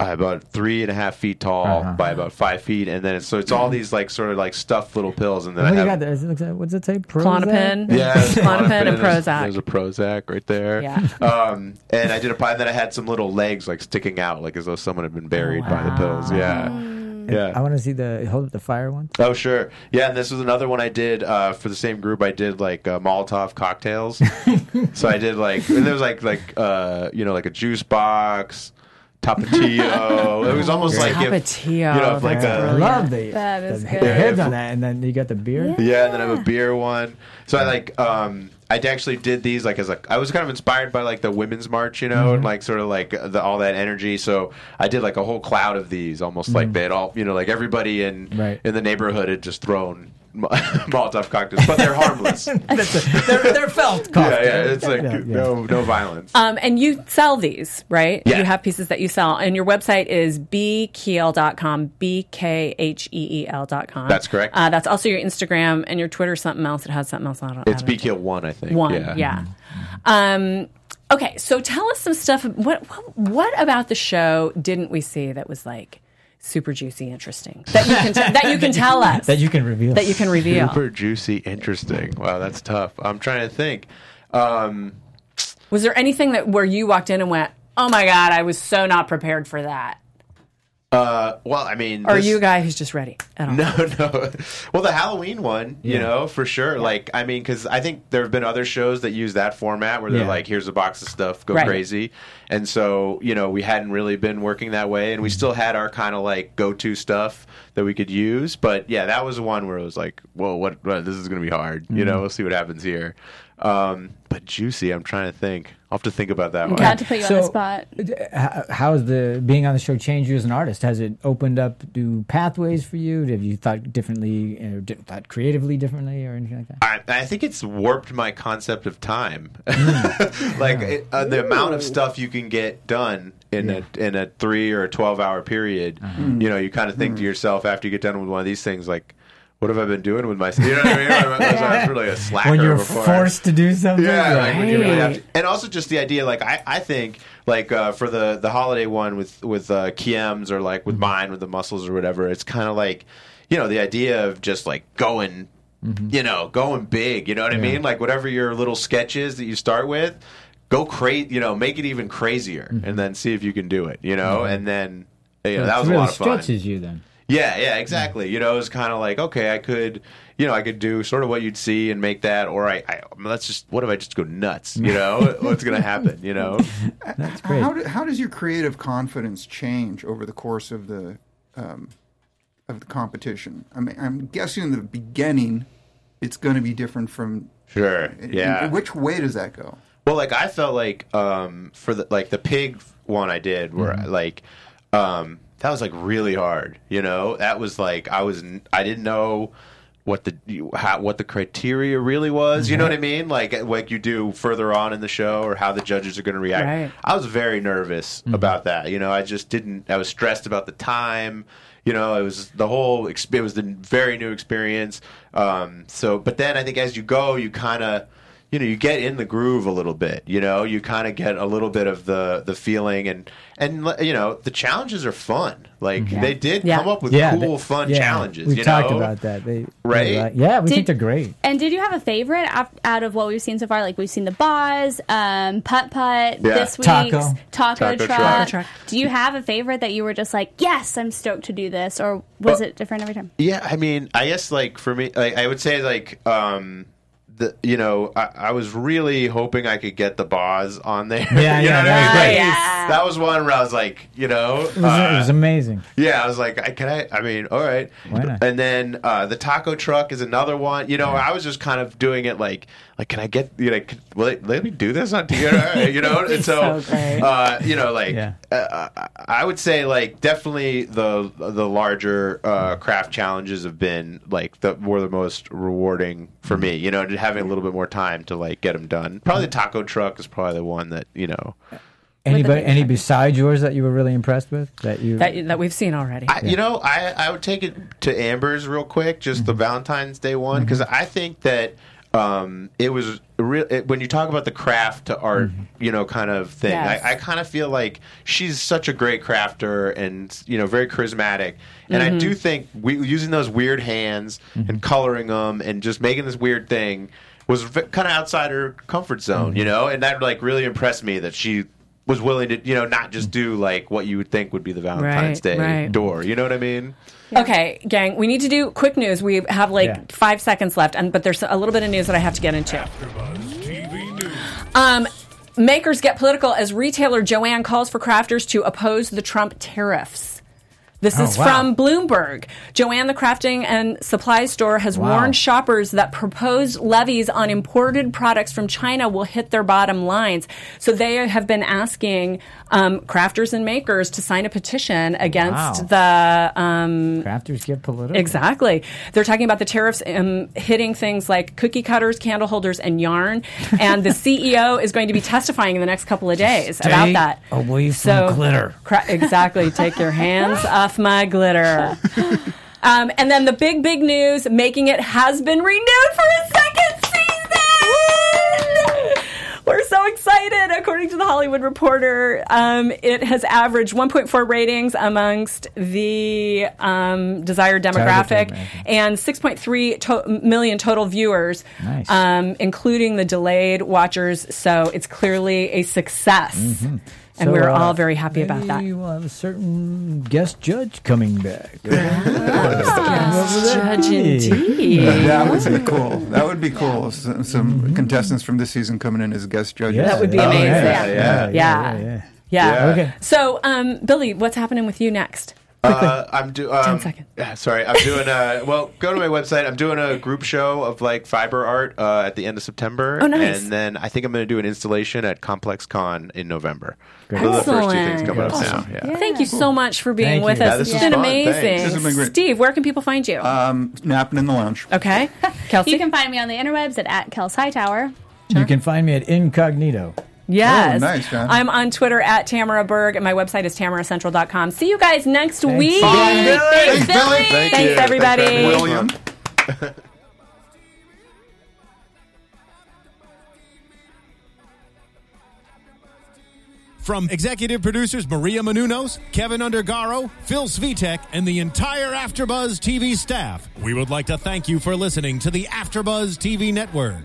[SPEAKER 6] uh, about three and a half feet tall
[SPEAKER 5] Uh-huh.
[SPEAKER 6] by about five feet, and then it's, so it's all these like sort of like stuffed little pills, and then
[SPEAKER 5] what
[SPEAKER 6] I
[SPEAKER 5] do Oh, you
[SPEAKER 6] have.
[SPEAKER 5] got there? Is it, looks like- what's it say? Prozac?
[SPEAKER 1] Clonopin.
[SPEAKER 6] Yeah, there's
[SPEAKER 1] Clonopin and
[SPEAKER 6] there's-
[SPEAKER 1] Prozac.
[SPEAKER 6] There's a Prozac right there.
[SPEAKER 1] Yeah.
[SPEAKER 6] Um, and I did a pie that I had some little legs like sticking out, like as though someone
[SPEAKER 1] Oh,
[SPEAKER 6] had been buried by the pills. Yeah. Yeah.
[SPEAKER 5] I want to see the hold up the fire one.
[SPEAKER 6] Oh sure, yeah. And this was another one I did uh, for the same group. I did like uh, Molotov cocktails. so I did like and there was like like uh, you know like a juice box, tapatio. it was almost like if, you
[SPEAKER 1] Tapatio,
[SPEAKER 6] know if like
[SPEAKER 1] that's
[SPEAKER 6] a
[SPEAKER 5] I love the,
[SPEAKER 3] That is
[SPEAKER 5] the,
[SPEAKER 3] good.
[SPEAKER 5] the
[SPEAKER 3] Yeah,
[SPEAKER 5] heads
[SPEAKER 6] yeah,
[SPEAKER 5] on
[SPEAKER 6] for-
[SPEAKER 5] that, and then you got the beard.
[SPEAKER 6] yeah. And then I have a beer one. So I like um, I actually did these like as like I was kind of inspired by like the women's march, you know, and like sort of like the, all that energy. So I did like a whole cloud of these, almost like they had all you know like everybody in
[SPEAKER 5] Right.
[SPEAKER 6] in the neighborhood had just thrown. Mo- Molotov cocktails, but they're harmless.
[SPEAKER 5] That's a, they're, they're felt.
[SPEAKER 6] yeah, yeah. It's like
[SPEAKER 5] Yeah, yeah.
[SPEAKER 6] no no violence.
[SPEAKER 1] Um, and you sell these, right?
[SPEAKER 6] Yeah.
[SPEAKER 1] You have pieces that you sell, and your website is bkeel.com, B K H E E L.com.
[SPEAKER 6] That's correct.
[SPEAKER 1] Uh, that's also your Instagram and your Twitter, something else. It has something else on it.
[SPEAKER 6] it's BKL one, I think.
[SPEAKER 1] One, yeah. Um, okay, so tell us some stuff. What, what what about the show didn't we see that was like super juicy, interesting that you can t- that you can tell us
[SPEAKER 5] that you can reveal.
[SPEAKER 1] that you can reveal?
[SPEAKER 6] Super juicy, interesting. Wow, that's tough. I'm trying to think. Um,
[SPEAKER 1] Was there anything that where you walked in and went, "Oh my god, I was so not prepared for that,"
[SPEAKER 6] uh, well, I mean,
[SPEAKER 1] or
[SPEAKER 6] this-
[SPEAKER 1] you a guy who's just ready at all?
[SPEAKER 6] No, no. Well, the Halloween one, you
[SPEAKER 5] Yeah.
[SPEAKER 6] know, for sure. Like, I mean, because I think there have been other shows that use that format where they're
[SPEAKER 5] Yeah.
[SPEAKER 6] like, here's a box of stuff, go
[SPEAKER 1] Right.
[SPEAKER 6] crazy. And so, you know, we hadn't really been working that way.
[SPEAKER 5] Mm-hmm.
[SPEAKER 6] And we still had our kind of like go to stuff that we could use. But yeah, that was one where it was like, whoa, what, what this is going to be hard. You
[SPEAKER 5] Mm-hmm.
[SPEAKER 6] know, we'll see what happens here. Um, but juicy, I'm trying to think. I'll have to think about that one.
[SPEAKER 3] Not to put you on the spot.
[SPEAKER 5] How, how's the being on the show changed you as an artist? Has it opened up new pathways for you? Have you thought differently, or di- thought creatively differently, or anything like that?
[SPEAKER 6] I, I think it's warped my concept of time.
[SPEAKER 5] Mm.
[SPEAKER 6] like it, uh, the amount of stuff you can get done in a in a
[SPEAKER 5] Uh-huh.
[SPEAKER 6] three or a twelve hour period. You know, you kind of think to yourself after you get done with one of these things, like, what have I been doing with my? You know what I mean? I was, I was really a slacker
[SPEAKER 5] when you're
[SPEAKER 6] before.
[SPEAKER 5] forced to do something.
[SPEAKER 6] Yeah, like, when you really have
[SPEAKER 1] Right.
[SPEAKER 6] to- and also just the idea, like I, I think, like uh, for the the holiday one with with uh, Kiem's or like with mine with the muscles or whatever, it's kind of like, you know, the idea of just like going, you know, going big. You know what I mean? Like whatever your little sketch is that you start with, go crazy. You know, make it even crazier, and then see if you can do it. You know, and then. You know, that was
[SPEAKER 5] really
[SPEAKER 6] a lot of fun.
[SPEAKER 5] stretches you then.
[SPEAKER 6] Yeah, yeah, exactly. You know, it's kind of like okay, I could, you know, I could do sort of what you'd see and make that, or I, I let's just what if I just go nuts? You know, what's gonna happen? You know,
[SPEAKER 5] Great.
[SPEAKER 4] How, do, how does your creative confidence change over the course of the um, of the competition? I mean, I'm guessing in the beginning, it's going to be different from.
[SPEAKER 6] sure,
[SPEAKER 4] in-
[SPEAKER 6] yeah.
[SPEAKER 4] in which way does that go?
[SPEAKER 6] Well, like I felt like um for the like the pig one I did where like um that was like really hard, you know? That was like I was n- I didn't know what the you- how, what the criteria really was, you know what I mean? Like like you do further on in the show or how the judges are going to react.
[SPEAKER 1] Right.
[SPEAKER 6] I was very nervous
[SPEAKER 5] Mm-hmm.
[SPEAKER 6] about that, you know. I just didn't I was stressed about the time, you know, it was the whole exp- it was the very new experience. Um so but then I think as you go, you kind of you know you get in the groove a little bit you know you kind of get a little bit of the the feeling and and you know the challenges are fun like they did
[SPEAKER 1] Yeah.
[SPEAKER 6] come up with
[SPEAKER 5] Mm-hmm. Yeah,
[SPEAKER 6] cool
[SPEAKER 5] they-
[SPEAKER 6] fun
[SPEAKER 5] yeah,
[SPEAKER 6] challenges
[SPEAKER 5] We've
[SPEAKER 6] you
[SPEAKER 5] talked
[SPEAKER 6] know?
[SPEAKER 5] about that, they,
[SPEAKER 6] Right?
[SPEAKER 5] they like- yeah, we
[SPEAKER 3] Did-
[SPEAKER 5] think they're great.
[SPEAKER 3] And did you have a favorite af- out of what we've seen so far? Like we've seen the bars, um, putt putt,
[SPEAKER 6] Yeah.
[SPEAKER 3] this week's
[SPEAKER 5] Taco.
[SPEAKER 6] Taco
[SPEAKER 3] taco, truck.
[SPEAKER 6] truck.
[SPEAKER 1] Truck.
[SPEAKER 3] Do you have a favorite that you were just like, yes, I'm stoked to do this, or was it different every time?
[SPEAKER 6] Yeah, I mean, I guess like for me, like, I would say like um the you know I, I was really hoping I could get the Boz on there.
[SPEAKER 5] Yeah,
[SPEAKER 6] you know
[SPEAKER 5] yeah,
[SPEAKER 6] what
[SPEAKER 5] that
[SPEAKER 6] I
[SPEAKER 5] was
[SPEAKER 6] mean?
[SPEAKER 5] great. Mm-hmm.
[SPEAKER 6] Like,
[SPEAKER 3] Yeah.
[SPEAKER 6] That was one where I was like, you know,
[SPEAKER 5] It was, it
[SPEAKER 6] uh,
[SPEAKER 5] was amazing.
[SPEAKER 6] Yeah, I was like, I, can I? I mean, all right.
[SPEAKER 5] Why not?
[SPEAKER 6] And then uh, the taco truck is another one. You know, I was just kind of doing it like, like, can I get? You know, like, will they, let me do this on together? you know, and so,
[SPEAKER 1] So great.
[SPEAKER 6] uh, you know, like,
[SPEAKER 5] Yeah.
[SPEAKER 6] uh, I- I would say like definitely the the larger uh, craft challenges have been like the were the most rewarding for
[SPEAKER 5] Mm-hmm.
[SPEAKER 6] me. You know, to having a little bit more time to like get them done. Probably the taco truck is probably the one that you know.
[SPEAKER 5] Anybody, any besides yours that you were really impressed with? That you
[SPEAKER 1] that that we've seen already.
[SPEAKER 6] I, You know, I, I would take it to Amber's real quick, just the Valentine's Day one, because I think that um, it was real. It, when you talk about the craft to art, you know, kind of thing,
[SPEAKER 1] Yes.
[SPEAKER 6] I, I kind of feel like she's such a great crafter and you know very charismatic. And I do think we using those weird hands and coloring them and just making this weird thing was v- kind of outside her comfort zone, you know, and that like really impressed me that she. Was willing to, you know, not just do like what you would think would be the Valentine's
[SPEAKER 1] Right,
[SPEAKER 6] Day
[SPEAKER 1] right.
[SPEAKER 6] door. You know what I mean?
[SPEAKER 1] Okay, gang, we need to do quick news. We have like
[SPEAKER 5] Yeah.
[SPEAKER 1] five seconds left, and but there's a little bit of news that I have to get into.
[SPEAKER 7] AfterBuzz TV News.
[SPEAKER 1] Um, makers get political as retailer Joanne calls for crafters to oppose the Trump tariffs. This
[SPEAKER 5] Oh,
[SPEAKER 1] is
[SPEAKER 5] wow.
[SPEAKER 1] from Bloomberg. Joanne, the crafting and supply store, has
[SPEAKER 5] Wow.
[SPEAKER 1] warned shoppers that proposed levies on imported products from China will hit their bottom lines. So they have been asking um, crafters and makers to sign a petition against the um,
[SPEAKER 5] crafters get political.
[SPEAKER 1] Exactly. They're talking about the tariffs um, hitting things like cookie cutters, candle holders, and yarn. And the CEO is going to be testifying in the next couple of days about
[SPEAKER 5] Stay
[SPEAKER 1] that.
[SPEAKER 5] away from glitter.
[SPEAKER 1] Cra- exactly. Take your hands off my glitter. Um, and then the big, big news making it has been renewed for a second season. We're so excited. According to the Hollywood Reporter, um, it has averaged 1.4 ratings amongst the um, desired demographic
[SPEAKER 5] Demographic.
[SPEAKER 1] and 6.3 to- million total viewers,
[SPEAKER 5] Nice.
[SPEAKER 1] um, including the delayed watchers. So it's clearly a success. And
[SPEAKER 5] So,
[SPEAKER 1] we're
[SPEAKER 5] uh,
[SPEAKER 1] all very happy about
[SPEAKER 5] maybe
[SPEAKER 1] that.
[SPEAKER 5] We'll have a certain guest judge coming back.
[SPEAKER 1] Judge indeed.
[SPEAKER 4] That would be cool. That would be cool. if Some, some contestants from this season coming in as guest judges.
[SPEAKER 5] Yeah.
[SPEAKER 4] Uh,
[SPEAKER 1] Mm-hmm. That would be
[SPEAKER 5] Oh,
[SPEAKER 1] amazing.
[SPEAKER 6] yeah,
[SPEAKER 5] yeah,
[SPEAKER 6] yeah.
[SPEAKER 1] Yeah.
[SPEAKER 5] yeah, yeah.
[SPEAKER 1] Yeah.
[SPEAKER 6] Yeah.
[SPEAKER 5] Okay.
[SPEAKER 1] So, um, Billy, what's happening with you next?
[SPEAKER 6] Uh, I'm do- um,
[SPEAKER 1] 10 seconds.
[SPEAKER 6] yeah, Sorry, I'm doing a. Well, go to my website. I'm doing a group show of like fiber art uh, at the end of September.
[SPEAKER 1] Oh, nice.
[SPEAKER 6] And then I think I'm going to do an installation at Complex Con in November. Those are the first two
[SPEAKER 1] Excellent.
[SPEAKER 6] things coming up now.
[SPEAKER 1] Awesome.
[SPEAKER 6] Yeah.
[SPEAKER 1] Thank you so much for being
[SPEAKER 5] Thank
[SPEAKER 1] with
[SPEAKER 5] you.
[SPEAKER 1] us.
[SPEAKER 6] Yeah, this
[SPEAKER 1] it's
[SPEAKER 6] was
[SPEAKER 1] been
[SPEAKER 6] fun. Thanks.
[SPEAKER 1] amazing.
[SPEAKER 4] This has been great.
[SPEAKER 1] Steve, where can people find you?
[SPEAKER 4] Um, napping in the lounge.
[SPEAKER 1] okay. Kelsey?
[SPEAKER 3] You can find me on the interwebs at, at Kels Hightower.
[SPEAKER 5] You can find me at Incognito.
[SPEAKER 1] yes.
[SPEAKER 4] Oh, nice, John.
[SPEAKER 1] I'm on Twitter at Tamara Berg, and my website is tamaracentral.com. See you guys next week.
[SPEAKER 6] Bye, Billy.
[SPEAKER 1] Thanks, Billy.
[SPEAKER 6] Thank
[SPEAKER 1] Thanks,
[SPEAKER 6] you.
[SPEAKER 1] everybody.
[SPEAKER 6] Thanks, everyone.
[SPEAKER 4] William.
[SPEAKER 8] From executive producers Maria Manunos, Kevin Undergaro, Phil Svitek, and the entire Afterbuzz TV staff, we would like to thank you for listening to the Afterbuzz TV network.